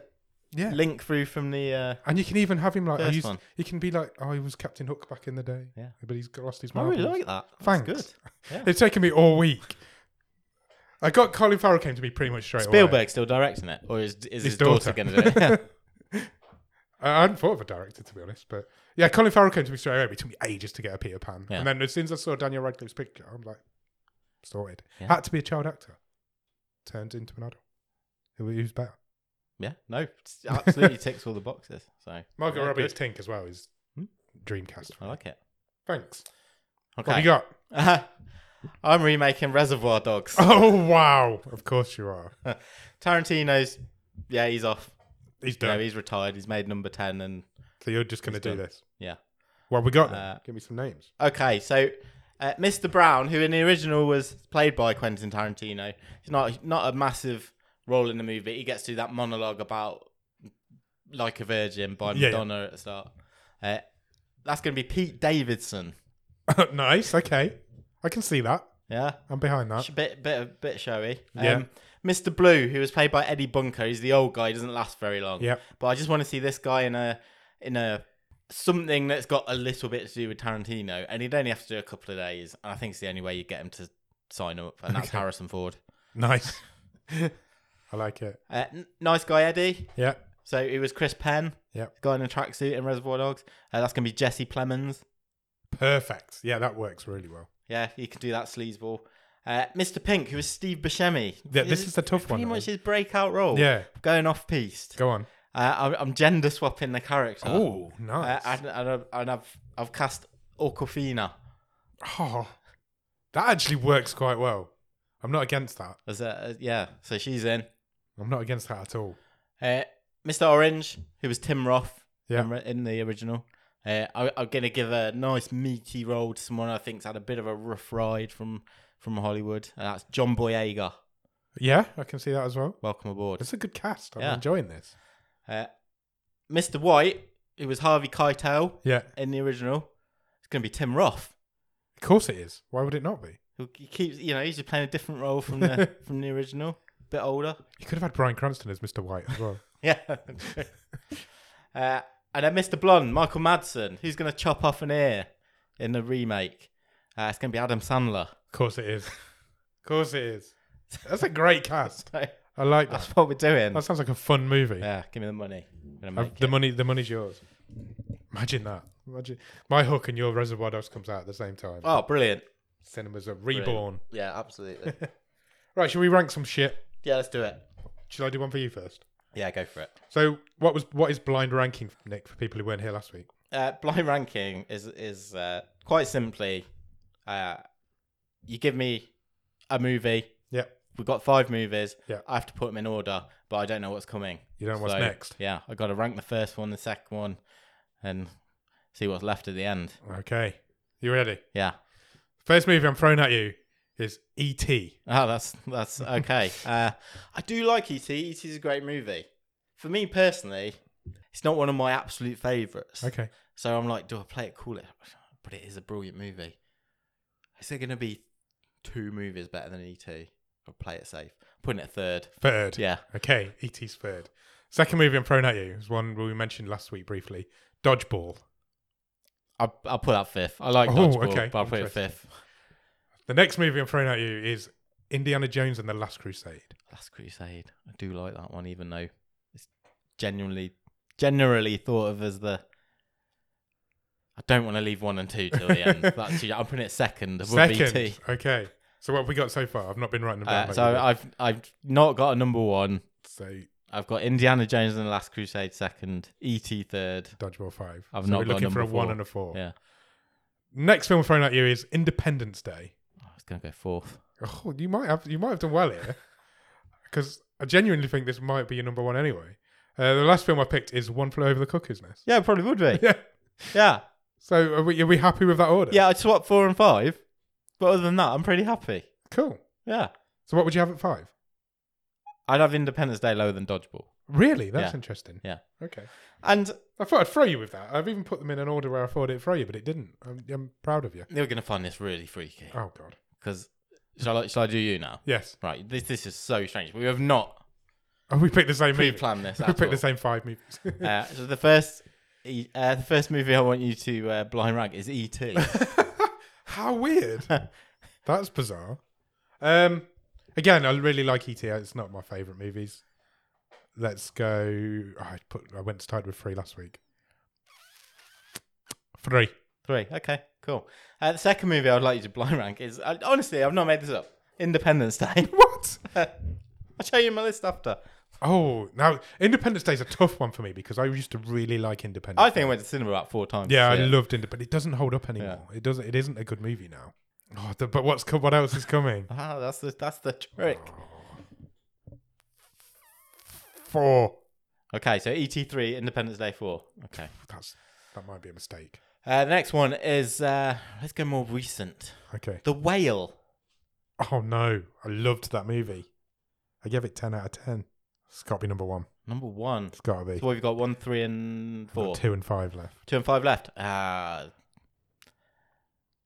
Speaker 1: yeah,
Speaker 2: link through from the uh
Speaker 1: and you can even have him like I
Speaker 2: First
Speaker 1: used,
Speaker 2: one.
Speaker 1: he can be like, oh, he was Captain Hook back in the day,
Speaker 2: Yeah.
Speaker 1: but he's got- lost his
Speaker 2: I
Speaker 1: marbles.
Speaker 2: really like that. That's
Speaker 1: Thanks.
Speaker 2: good. Yeah.
Speaker 1: It's taken me all week. I got Colin Farrell came to me pretty much straight
Speaker 2: Spielberg
Speaker 1: away.
Speaker 2: still directing it, or is is his,
Speaker 1: His daughter.
Speaker 2: daughter, going *laughs* to do it?
Speaker 1: I I hadn't thought of a director to be honest, but yeah, Colin Farrell came to me straight away. But it took me ages to get a Peter Pan,
Speaker 2: Yeah.
Speaker 1: and then as soon as I saw Daniel Radcliffe's picture, I'm like, sorted.
Speaker 2: Yeah.
Speaker 1: Had to be a child actor, turned into an adult. Who who's better?
Speaker 2: yeah. No, it's- absolutely ticks all the boxes. So
Speaker 1: Margot
Speaker 2: yeah,
Speaker 1: Robbie as
Speaker 2: good.
Speaker 1: Tink as well is
Speaker 2: Hmm?
Speaker 1: Dreamcast. for
Speaker 2: I
Speaker 1: me.
Speaker 2: like it.
Speaker 1: Thanks. What have
Speaker 2: Okay.
Speaker 1: you got?
Speaker 2: *laughs* I'm remaking
Speaker 1: *laughs*
Speaker 2: Reservoir Dogs.
Speaker 1: Oh wow! Of course you are.
Speaker 2: Tarantino's, yeah, he's off.
Speaker 1: He's
Speaker 2: You know,
Speaker 1: done.
Speaker 2: he's retired. He's made number ten and
Speaker 1: So you're just going to
Speaker 2: It's
Speaker 1: do
Speaker 2: done.
Speaker 1: this?
Speaker 2: Yeah.
Speaker 1: Well, we got them.
Speaker 2: Uh,
Speaker 1: Give me some names.
Speaker 2: Okay, so uh, Mr. Brown, who in the original was played by Quentin Tarantino, he's not not a massive role in the movie. He gets to do that monologue about "Like a Virgin" by
Speaker 1: Yeah, yeah.
Speaker 2: Madonna at the start. Uh, that's going to be Pete Davidson.
Speaker 1: *laughs* nice. Okay. I can see that.
Speaker 2: Yeah,
Speaker 1: I'm behind that.
Speaker 2: Sh- bit bit bit showy.
Speaker 1: Uh. Yeah.
Speaker 2: Mr. Blue, who was played by Eddie Bunker, he's the old guy. He doesn't last very long.
Speaker 1: Yep.
Speaker 2: But I just want to see this guy in a in a something that's got a little bit to do with Tarantino, and he'd only have to do a couple of days. And I think it's the only way you get him to sign up, and that's
Speaker 1: Okay.
Speaker 2: Harrison Ford.
Speaker 1: Nice. *laughs* I like it.
Speaker 2: Uh, n- nice guy, Eddie.
Speaker 1: Yeah.
Speaker 2: So it was Chris Penn.
Speaker 1: Yep.
Speaker 2: Guy in a tracksuit in Reservoir Dogs. Uh, that's gonna be Jesse Plemons.
Speaker 1: Perfect. Yeah, that works really well.
Speaker 2: Yeah, he can do that sleazeball. Uh, Mr. Pink, who is Steve Buscemi.
Speaker 1: Yeah, this is the tough
Speaker 2: pretty
Speaker 1: one,
Speaker 2: much
Speaker 1: though.
Speaker 2: his breakout role.
Speaker 1: Yeah.
Speaker 2: Going off piste.
Speaker 1: Go on.
Speaker 2: Uh, I'm, I'm gender swapping the character.
Speaker 1: Oh,
Speaker 2: Uh,
Speaker 1: nice.
Speaker 2: and, and I've, and I've I've cast Orcofina
Speaker 1: oh, that actually works quite well. I'm not against that.
Speaker 2: as a as- yeah, so she's in.
Speaker 1: I'm not against that at all.
Speaker 2: Uh, Mr. Orange, who was Tim Roth
Speaker 1: Yeah.
Speaker 2: in, re- in the original. Uh, I, I'm gonna give a nice meaty role to someone I think's had a bit of a rough ride from from Hollywood, and that's John Boyega.
Speaker 1: Yeah, I can see that as well.
Speaker 2: Welcome aboard,
Speaker 1: It's a good cast. I'm
Speaker 2: Yeah.
Speaker 1: enjoying this.
Speaker 2: uh, Mr. White, who was Harvey Keitel
Speaker 1: Yeah,
Speaker 2: in the original. It's gonna be Tim Roth.
Speaker 1: of course it is. Why would it not be?
Speaker 2: Who he keeps, you know, he's just playing a different role from the from the original, bit older.
Speaker 1: You could have had Brian Cranston as Mr. White *laughs* as well.
Speaker 2: Yeah. *laughs* uh, and then Mr. Blonde, Michael Madsen, who's going to chop off an ear in the remake. Uh, it's going to be Adam Sandler. *laughs*
Speaker 1: of course it is. Of course it is. That's a great cast.
Speaker 2: So
Speaker 1: I like that.
Speaker 2: that's what we're doing.
Speaker 1: That sounds like a fun movie.
Speaker 2: Yeah, give me the money. I'm gonna
Speaker 1: Uh,
Speaker 2: make
Speaker 1: the
Speaker 2: it.
Speaker 1: money, the money's yours. Imagine that. Imagine my hook and your Reservoir Dogs comes out at the same time.
Speaker 2: Oh, brilliant.
Speaker 1: Cinemas are reborn.
Speaker 2: Yeah, *laughs* absolutely.
Speaker 1: Right, should we rank some shit?
Speaker 2: yeah, let's do it.
Speaker 1: Should I do one for you first?
Speaker 2: Yeah, go for it.
Speaker 1: So, what was what is blind ranking, Nick, for people who weren't here last week?
Speaker 2: Uh, blind ranking is is uh, quite simply uh, you give me a movie.
Speaker 1: Yeah,
Speaker 2: We've got five movies.
Speaker 1: Yeah.
Speaker 2: I have to put them in order, but I don't know what's coming.
Speaker 1: you don't know what's
Speaker 2: So,
Speaker 1: next.
Speaker 2: Yeah, I got to rank the first one, the second one, and see what's left at the end.
Speaker 1: Okay, you ready?
Speaker 2: Yeah.
Speaker 1: First movie I'm throwing at you is E E.T.
Speaker 2: Oh, that's
Speaker 1: *laughs*
Speaker 2: that's okay. uh, I do like E ET. ET is a great movie. For me personally, it's not one of my absolute favorites.
Speaker 1: Okay,
Speaker 2: So I'm like, do I play it cool? It, but it is a brilliant movie. Is there going to be two movies better than ET? I'll play it safe. putting it third.
Speaker 1: third.
Speaker 2: Yeah.
Speaker 1: Okay, E.T.'s third. Second movie I'm throwing at you is one we mentioned last week briefly. Dodgeball.
Speaker 2: I'll, I'll put that fifth. I like
Speaker 1: Oh,
Speaker 2: Dodgeball,
Speaker 1: okay.
Speaker 2: but I'll put it
Speaker 1: Interesting.
Speaker 2: fifth.
Speaker 1: The next movie I'm throwing at you is Indiana Jones and the Last Crusade.
Speaker 2: Last Crusade. I do like that one, even though it's genuinely, generally thought of as the. I don't want to leave one and two till the *laughs* end. That's, I'm putting it second. above
Speaker 1: Second.
Speaker 2: BT.
Speaker 1: Okay. So what have we got so far? I've not been writing them down.
Speaker 2: Uh,
Speaker 1: like
Speaker 2: so
Speaker 1: you did.
Speaker 2: I've I've not got a number one.
Speaker 1: so
Speaker 2: I've got Indiana Jones and the Last Crusade second, ET third.
Speaker 1: Dodgeball five.
Speaker 2: I've
Speaker 1: so
Speaker 2: not
Speaker 1: we're
Speaker 2: got
Speaker 1: looking for a
Speaker 2: number
Speaker 1: one
Speaker 2: four.
Speaker 1: and a four.
Speaker 2: Yeah,
Speaker 1: Next film I'm throwing at you is Independence Day.
Speaker 2: I was gonna go fourth.
Speaker 1: Oh, you might have you might have done well here, *laughs* because I genuinely think this might be your number one anyway. Uh, the last film I picked is One Flew Over the Cuckoo's Nest. *laughs*
Speaker 2: Yeah, probably would *laughs* be.
Speaker 1: Yeah.
Speaker 2: yeah,
Speaker 1: So are we, are we happy with that order?
Speaker 2: yeah. I'd swap four and five, but other than that, I'm pretty happy.
Speaker 1: Cool.
Speaker 2: Yeah,
Speaker 1: So what would you have at five?
Speaker 2: I'd have Independence Day lower than Dodgeball.
Speaker 1: Really? That's
Speaker 2: Yeah.
Speaker 1: interesting.
Speaker 2: Yeah,
Speaker 1: Okay.
Speaker 2: and
Speaker 1: I thought I'd throw you with that. I've even put them in an order where I thought it'd throw you, but it didn't. I'm, I'm proud of you.
Speaker 2: you're gonna find this really freaky.
Speaker 1: Oh God.
Speaker 2: Because shall I, shall I do you now?
Speaker 1: Yes. *laughs*
Speaker 2: Right. This this is so strange. We have not
Speaker 1: Oh, we picked the same movie. *laughs*
Speaker 2: pre-planned this.
Speaker 1: We
Speaker 2: At all.
Speaker 1: picked the same five movies.
Speaker 2: Uh, so the first uh, the first movie I want you to uh, blind rank is
Speaker 1: *laughs*
Speaker 2: E. T.
Speaker 1: *laughs* How
Speaker 2: *laughs*
Speaker 1: weird. That's bizarre. Um, again, I really like ET. It's not my favorite movies. Let's go. Oh, I put. I went to tied with three last week. Three.
Speaker 2: Three. Okay. Cool. Uh, the second movie I'd like you to blind rank is uh, honestly I've not made this up. Independence Day.
Speaker 1: *laughs* What?
Speaker 2: *laughs* I'll show you my list after.
Speaker 1: Oh, now Independence Day is a tough one for me because I used to really like Independence.
Speaker 2: I think I went to cinema about four times.
Speaker 1: Yeah,
Speaker 2: to see
Speaker 1: I
Speaker 2: it.
Speaker 1: loved it, but it doesn't hold up anymore. It doesn't. It isn't a good movie now. Oh, the, but what's co- what else is
Speaker 2: *laughs*
Speaker 1: coming?
Speaker 2: Ah, that's the that's the trick.
Speaker 1: Four.
Speaker 2: Okay, so ET3, Independence Day 4. Okay.
Speaker 1: That's that might be a mistake.
Speaker 2: Uh, the next one is uh, let's go more recent.
Speaker 1: Okay.
Speaker 2: The Whale.
Speaker 1: Oh no, I loved that movie. I gave it ten out of ten. It's got to be number one.
Speaker 2: Number one.
Speaker 1: It's got to be.
Speaker 2: So we've got one, three, and
Speaker 1: I've got
Speaker 2: four.
Speaker 1: two and five left.
Speaker 2: Two and five left. Ah.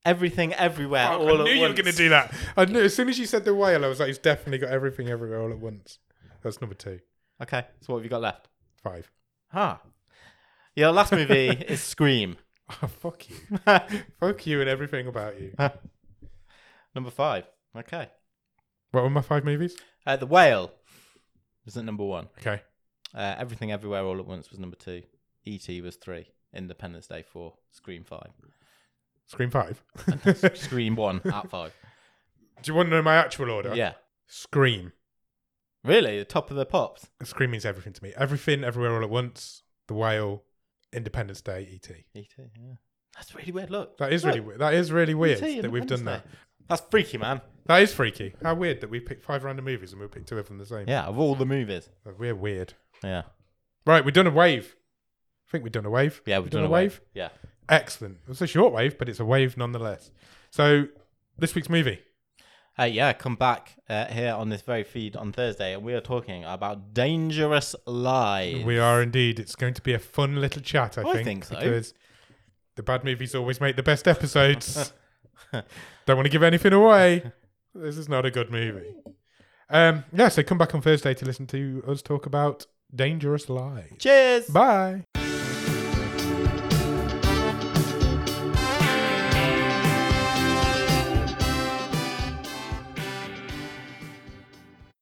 Speaker 2: everything, everywhere,
Speaker 1: Oh,
Speaker 2: all
Speaker 1: I
Speaker 2: at
Speaker 1: knew you were
Speaker 2: once.
Speaker 1: going to do that. I knew as soon as you said the whale, I was like, he's definitely got everything everywhere all at once. That's number two,
Speaker 2: Okay, so what have you got left?
Speaker 1: five. *laughs*
Speaker 2: Huh. Your last movie is Scream.
Speaker 1: Oh, fuck
Speaker 2: *laughs*
Speaker 1: you, fuck you, and everything about you.
Speaker 2: number five. Okay.
Speaker 1: What were my five movies?
Speaker 2: Uh, the Whale was at number one.
Speaker 1: Okay,
Speaker 2: Uh, Everything Everywhere All at Once was number two. E.T. was three. Independence Day four. Scream five.
Speaker 1: Scream five. *laughs*
Speaker 2: Scream one at five.
Speaker 1: Do you want to know my actual order?
Speaker 2: Yeah.
Speaker 1: Scream.
Speaker 2: Really? The top of the pops?
Speaker 1: Scream means everything to me. Everything, everywhere, all at once. The whale. Independence Day. E.T.
Speaker 2: E.T., yeah. That's really weird. Look.
Speaker 1: That is
Speaker 2: Look,
Speaker 1: really weird. That is really weird
Speaker 2: E.T.
Speaker 1: that we've done
Speaker 2: Independence
Speaker 1: that.
Speaker 2: Day. That's freaky, man.
Speaker 1: That is freaky. How weird that we picked five random movies and we picked two of them the same.
Speaker 2: Yeah, of all the movies.
Speaker 1: We're weird.
Speaker 2: Yeah.
Speaker 1: Right, we've done a wave. I think we've done a wave.
Speaker 2: Yeah, we've
Speaker 1: We've
Speaker 2: done, a wave. Yeah.
Speaker 1: Excellent. It's a short wave, but it's a wave nonetheless. So, this week's movie.
Speaker 2: Uh, yeah, come back uh, here on this very feed on Thursday, and we are talking about Dangerous Lies.
Speaker 1: We are indeed. It's going to be a fun little chat, I,
Speaker 2: I
Speaker 1: think.
Speaker 2: think so.
Speaker 1: Because the bad movies always make the best episodes. *laughs* Don't want to give anything away. This is not a good movie. Um, yeah, so come back on Thursday to listen to us talk about Dangerous Lies.
Speaker 2: Cheers!
Speaker 1: Bye.